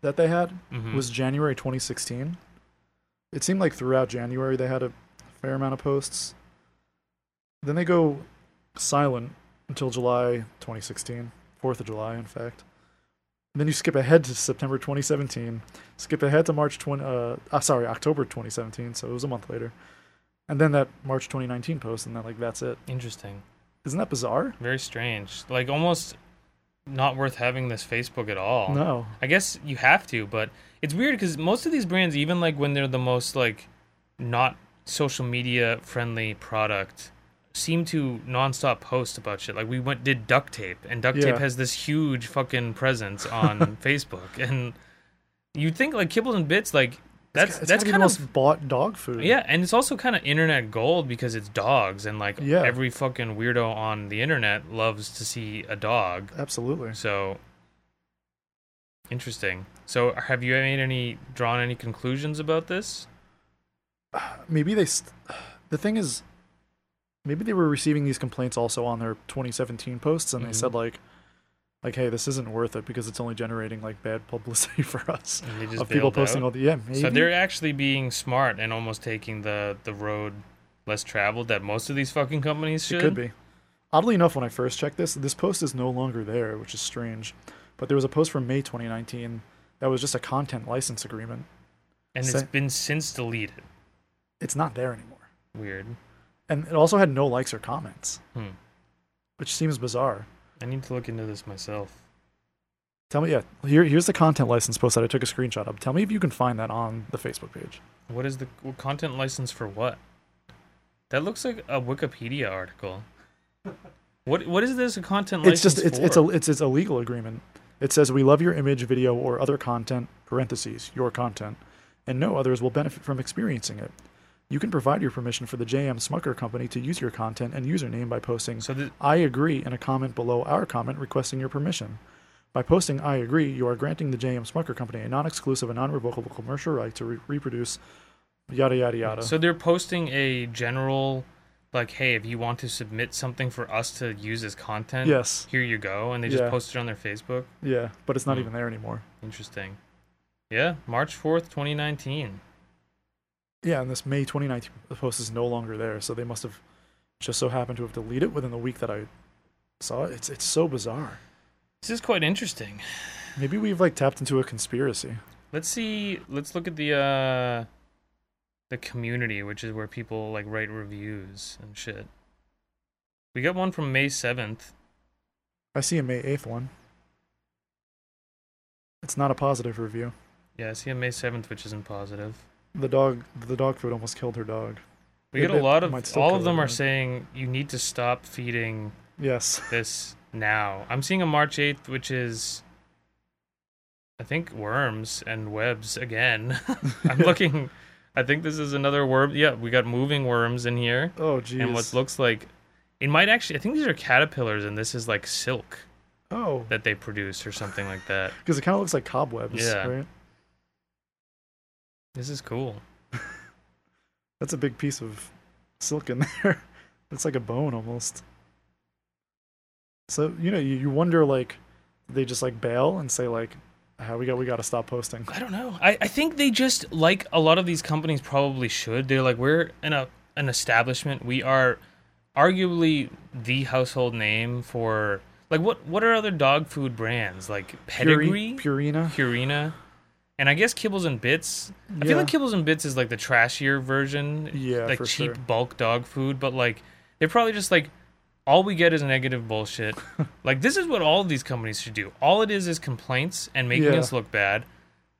that they had
Mhm.
was January 2016. It seemed like throughout January they had a fair amount of posts. Then they go silent until July 2016, 4th of July, in fact. And then you skip ahead to September 2017, skip ahead to March 20, uh, ah, sorry, October 2017, so it was a month later. And then that March 2019 post, and then like that's it.
Interesting.
Isn't that bizarre?
Very strange. Like almost not worth having this Facebook at all.
No.
I guess you have to, but it's weird because most of these brands, even like when they're the most like not social media friendly product, seem to nonstop post about shit. Like we went did duct tape, and duct
Yeah.
tape has this huge fucking
*laughs*
presence on Facebook, and you think like kibbles and bits like that's
It's
that's
gotta be
kind
the
of
most bought dog food.
yeah, and it's also kind of internet gold because it's dogs, and like
Yeah.
every fucking weirdo on the internet loves to see a dog.
Absolutely.
So interesting. So have you made any drawn any conclusions about this?
maybe they st- the thing is maybe they were receiving these complaints also on their 2017 posts and they
Mhm.
said like like hey this isn't worth it because it's only generating like bad publicity *laughs* for us
And they just
of people
bailed
posting
out?
all the yeah maybe
So they're actually being smart and almost taking the the road less traveled that most of these fucking companies should.
it could be oddly enough when i first checked this this post is no longer there which is strange but there was a post from may 2019 that was just a content license agreement
And it's
Sa-
been since deleted.
it's not there anymore
Weird.
and it also had no likes or comments
Hmm.
which seems bizarre
I need to look into this myself.
Tell me, yeah. Here, here's the content license post that I took a screenshot of. Tell me if you can find that on the Facebook page.
What is the what content license for what? That looks like a Wikipedia article. What what is this a content
It's
license
just it's
for?
it's a it's it's a legal agreement. It says we love your image, video, or other content (parentheses your content), and no others will benefit from experiencing it. You can provide your permission for the JM Smucker Company to use your content and username by posting
so th-
"I agree" in a comment below our comment requesting your permission. By posting "I agree," you are granting the JM Smucker Company a non-exclusive and non-revocable commercial right to re- reproduce. Yada yada yada.
So they're posting a general, like, hey, if you want to submit something for us to use as content,
Yes.
here you go, and they just
Yeah.
post it on their Facebook.
Yeah, but it's not
Hmm.
even there anymore.
Interesting. Yeah, March fourth, twenty nineteen.
Yeah, and this May 2019 post is no longer there, so they must have just so happened to have deleted it within the week that I saw it. It's it's so bizarre.
This is quite interesting.
Maybe we've like tapped into a conspiracy.
Let's see. Let's look at the uh, the community, which is where people like write reviews and shit. We got one from May seventh.
I see a May 8th one. It's not a positive review.
Yeah, I see a May seventh, which isn't positive.
The dog the dog food almost killed her dog.
We
Yeah,
get a
but
lot
it
of
might still
all
kill
of them
them,
are
right?
saying you need to stop feeding
Yes.
this now. I'm seeing a March 8th, which is I think worms and webs again. *laughs* I'm looking. I think this is another worm. Yeah, we got moving worms in here,
Oh, geez.
and what looks like it might actually. I think these are caterpillars, and this is like silk
Oh,
that they produce or something like that.
because it kind of looks like cobwebs,
Yeah.
right?
This is cool.
That's a big piece of silk in *laughs* there. it's like a bone almost. So you know, you, you wonder like, they just like bail and say like, ah, we got we got to stop posting.
I don't know. I, I think they just like a lot of these companies probably should. They're like we're in a an establishment. We are arguably the household name for like what what are other dog food brands like Pedigree,
Puri- Purina.
Purina, and I guess Kibbles and Bits. I
Yeah.
feel like Kibbles and Bits is like the trashier version.
Yeah,
like
for
cheap
sure.
bulk dog food, but like they're probably just like all we get is negative
*laughs*
bullshit. like this is what all of these companies should do. All it is is complaints and making
Yeah.
us look bad.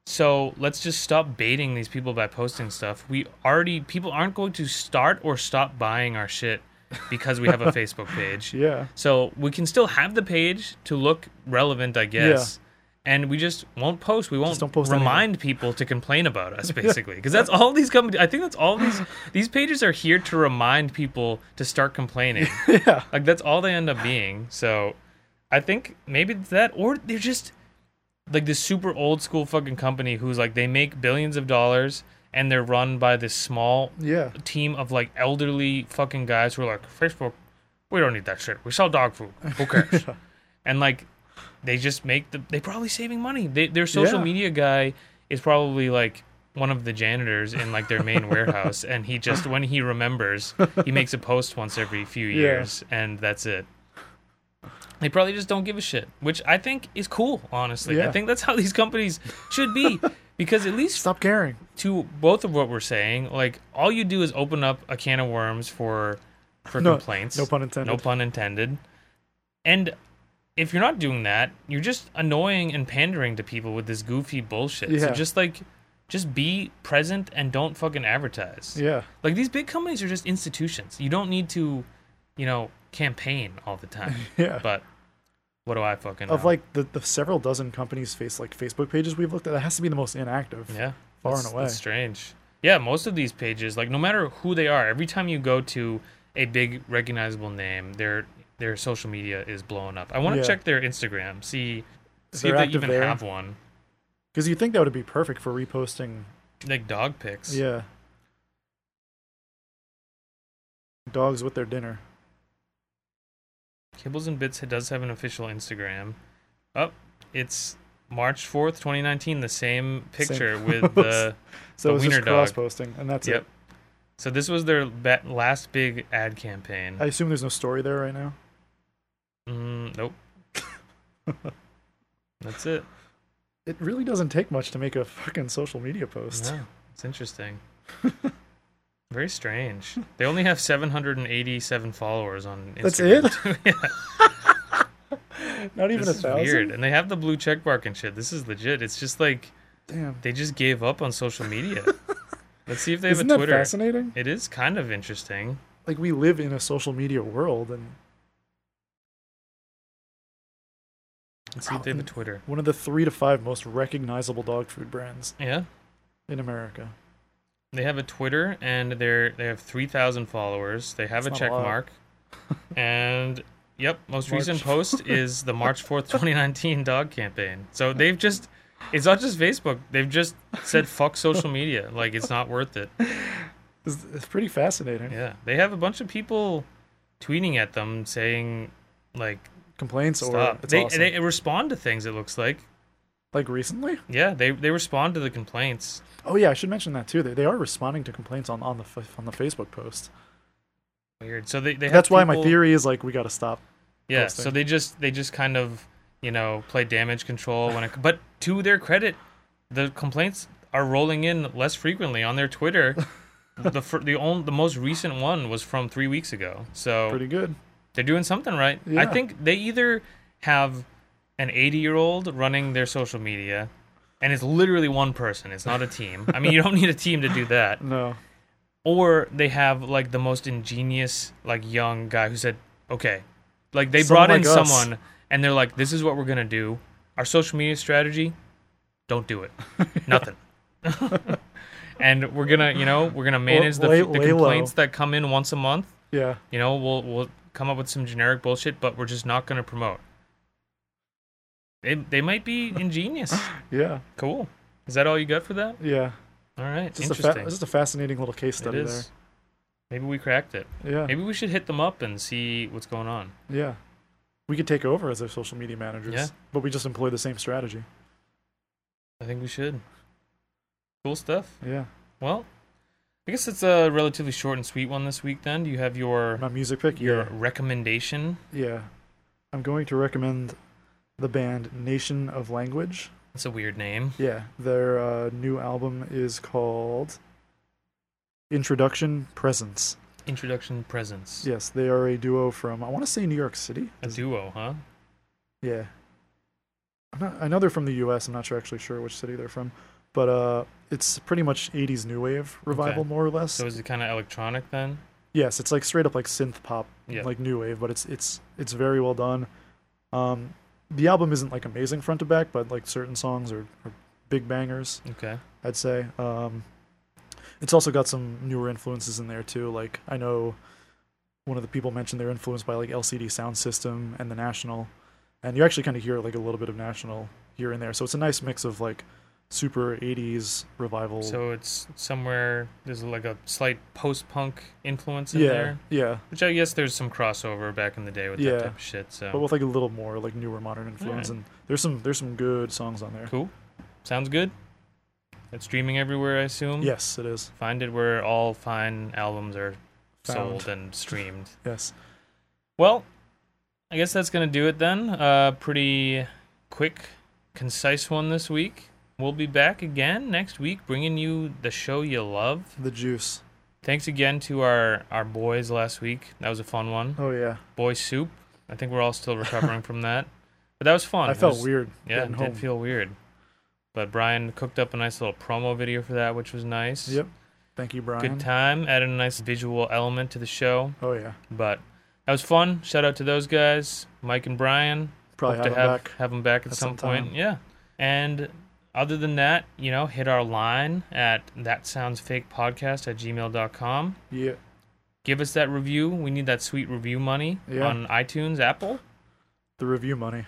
So let's just stop baiting these people by posting stuff. We already people aren't going to start or stop buying our shit because we
*laughs*
have a Facebook page.
Yeah.
So we can still have the page to look relevant, I guess. And we just won't post. We won't
don't post
remind people to complain about
*laughs*
us, basically, because that's all these companies. I think that's all these these pages are here to remind people to start complaining.
*laughs* Yeah.
like that's all they end up being. So I think maybe it's that, or they're just like this super old school fucking company who's like they make billions of dollars and they're run by this small
Yeah.
team of like elderly fucking guys who are like Facebook, we don't need that shit. We sell dog food. Who
*laughs*
cares? and like, they just make the. They probably saving money. They, their social
Yeah.
media guy is probably like one of the janitors in like their main
*laughs*
warehouse, and he just when he remembers, he makes a post once every few
Yeah.
years, and that's it. They probably just don't give a shit, which I think is cool. Honestly, I
Yeah.
think that's how these companies should be, because at least
Stop caring.
to both of what we're saying, like all you do is open up a can of worms for for
No-
complaints.
no pun intended.
No pun intended. And if you're not doing that, you're just annoying and pandering to people with this goofy bullshit. So
Yeah.
just like just be present and don't fucking advertise.
Yeah.
Like these big companies are just institutions. You don't need to, you know, campaign all the time.
*laughs* Yeah.
But what do I fucking
Of
know?
like the, the several dozen companies face like Facebook pages we've looked at, that has to be the most inactive.
Yeah.
Far
that's-
and away.
That's strange. Yeah, most of these pages, like no matter who they are, every time you go to a big recognizable name, their their social media is blowing up. I want to
Yeah.
check their Instagram, see
Is
see if
there
they
active
even
there?
have one.
Because you think that would be perfect for reposting.
Like dog pics.
Yeah. Dogs with their dinner.
Kibbles and Bits does have an official Instagram. Up, it's March fourth, twenty nineteen. The same picture
*laughs*
with the
So
The
it was just
wiener dog.
cross posting, and that's
yep.
it.
So this was their ba- last big ad campaign.
I assume there's no story there right now.
Mm,
*laughs*
nope. That's it.
It really doesn't take much to make a fucking social media post.
Yeah, it's interesting. *laughs* Very strange. They only have 787 followers on Instagram.
That's
too. *laughs* yeah,
Not even
this
a
is
thousand.
weird. And they have the blue check mark and shit. This is legit. It's just like
Damn.
they just gave up on social
*laughs*
media. Let's see if they have
Isn't
a
that
Twitter.
fascinating?
It is kind of interesting.
Like we live in a social media world, and
Let's see if they have a Twitter.
one of the three to five most recognizable dog food brands
Yeah,
in America.
they have a Twitter and they're they have 3,000 followers. They have
That's
a
not a
check
lot. *laughs*
mark. And yep, most recent
March. *laughs*
post is the March 4th, 2019 dog campaign. So they've just it's not just Facebook. They've just said fuck social media. Like it's not worth
*laughs*
it.
It's, it's pretty fascinating.
Yeah. They have a bunch of people tweeting at them saying like
Complaints or
stop.
it's
They
awesome.
they respond to things it looks like.
like recently?
Yeah, they they respond to the complaints.
Oh yeah, I should mention that too. They, they are responding to complaints on on the fa- on the Facebook post.
Weird. So they, they have
That's why my
people-
theory is like we got to stop.
Yeah,
posting.
so they just they just kind of you know play damage control when it. But to their credit, the complaints are rolling in less frequently on their
*laughs*
Twitter. the fir- the only, the most recent one was from three weeks ago, so
Pretty good.
they're doing something right. I
Yeah.
think they either have an eighty year old running their social media, and it's literally one person. It's not a team. I mean, you don't need a team to do that
No.
or they have like the most ingenious like young guy who said okay like they
Someone
brought in
like us.
someone and they're like this is what we're gonna do our social media strategy don't do
*laughs*
it. Nothing. *laughs* and we're gonna, you know, we're gonna manage the,
lay-
the
lay low.
complaints that come in once a month.
Yeah.
You know, we'll we'll come up with some generic bullshit, but we're just not gonna promote. They they might
*laughs*
be ingenious.
Yeah.
cool. Is that all you got for that?
Yeah.
All right.
It's just, a fa-
Interesting.
it's just a fascinating little case
it
study
is. Maybe we cracked it.
there. Yeah.
Maybe we should hit them up and see what's going on.
Yeah. We could take over as their social media managers,
Yeah.
but we just employ the same strategy.
I think we should. Cool stuff.
Yeah.
Well, I guess it's a relatively short and sweet one this week. Then, do you have your
My music pick?
your recommendation?
Yeah. Yeah. I'm going to recommend the band Nation of Language.
It's a weird name.
Yeah. Their uh, new album is called Introduction Presence.
Introduction presence.
Yes, they are a duo from, I want to say New York City.
A duo, huh?
Yeah. I'm not, I know they're from the U.S. I'm not sure actually sure which city they're from, but uh, it's pretty much '80s new wave revival,
Okay.
more or less.
So is it kind of electronic then?
yes, it's like straight up like synth pop,
Yeah.
like new wave, but it's it's it's very well done. Um, the album isn't like amazing front to back, but like certain songs are, are big bangers,
Okay.
I'd say. Um, it's also got some newer influences in there too. Like I know one of the people mentioned they're influenced by like LCD Sound System and The National, and you actually kind of hear like a little bit of National here and there. So it's a nice mix of like super 80s revival.
So it's somewhere there's like a slight post-punk influence in
yeah,
there,
yeah,
which I guess there's some crossover back in the day with
Yeah.
that type of shit. So
but with like a little more like newer modern
Alright.
influence. And there's some there's some good songs on there.
cool. Sounds good. It's streaming everywhere, I assume.
Yes, it is.
Find it where all fine albums are
Found.
sold and streamed.
Yes,
Well, I guess that's gonna do it then. Uh, pretty quick, concise one this week. We'll be back again next week, bringing you the show you love.
the juice.
Thanks again to our our boys last week. That was a fun one.
Oh yeah,
Boy soup. I think we're all still recovering from that, but that was fun.
I
It
felt
was-
weird.
Yeah,
getting
it
home.
did feel weird. But Brian cooked up a nice little promo video for that, which was nice.
Yep. Thank you, Brian.
Good time. Added a nice visual element to the show.
Oh yeah,
But that was fun. Shout out to those guys, Mike and Brian.
probably
Hope
have
to
him
have,
back.
have them back at,
at
some,
some
point.
time.
Yeah. And other than that, you know, hit our line at that sounds fake podcast at gmail.com.
Yeah.
Give us that review. We need that sweet review money
Yeah.
on iTunes, Apple.
The review money.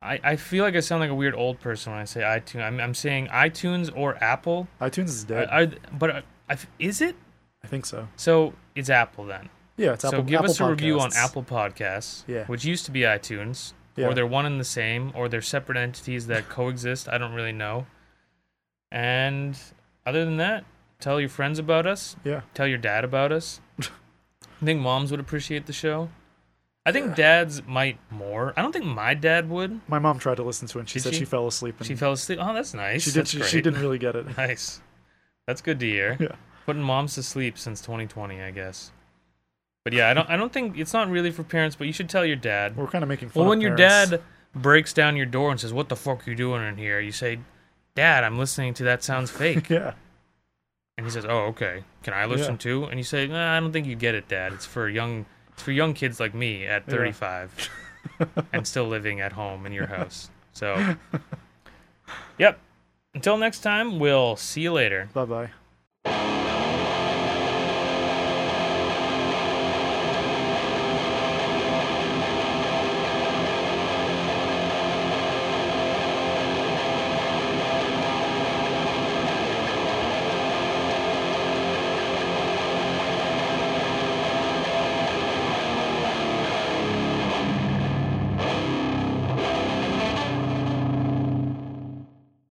I, I feel like I sound like a weird old person when I say iTunes. I'm, I'm saying iTunes or Apple.
iTunes is
Are,
dead. I,
are, but uh, I f is it?
think so.
So it's Apple then.
Yeah, it's
so
Apple.
give
Apple
us a review on
Podcasts.
Apple Podcasts,
Yeah.
which used to be iTunes,
Yeah.
or they're one and the same, or they're separate entities that coexist. I don't really know. And other than that, tell your friends about us.
Yeah.
Tell your dad about
*laughs*
us. I think moms would appreciate the show. I think dads might more. I don't think my dad would.
My mom tried to listen to it. and She
Did
said
she?
she? fell asleep. And
She fell asleep. Oh, that's nice.
Mm. She did.
That's
She,
great.
she didn't really get it. *laughs*
Nice. That's good to hear.
Yeah.
Putting moms to sleep since 2020, I guess. But yeah, I don't. I don't think it's not really for parents, but you should tell your dad.
We're kind of making fun.
Well,
of
when your
parents.
dad breaks down your door and says, "What the fuck are you doing in here?" You say, "Dad, I'm listening to that sounds fake,"
*laughs* Yeah.
and he says, "Oh, okay. Can I listen
Yeah.
too?" And you say, nah, "I don't think you get it, Dad. It's for young. It's for young kids like me at
*laughs*
35 and still living at home in your house."
*laughs*
So, yep. Until next time, we'll see you later.
Bye bye.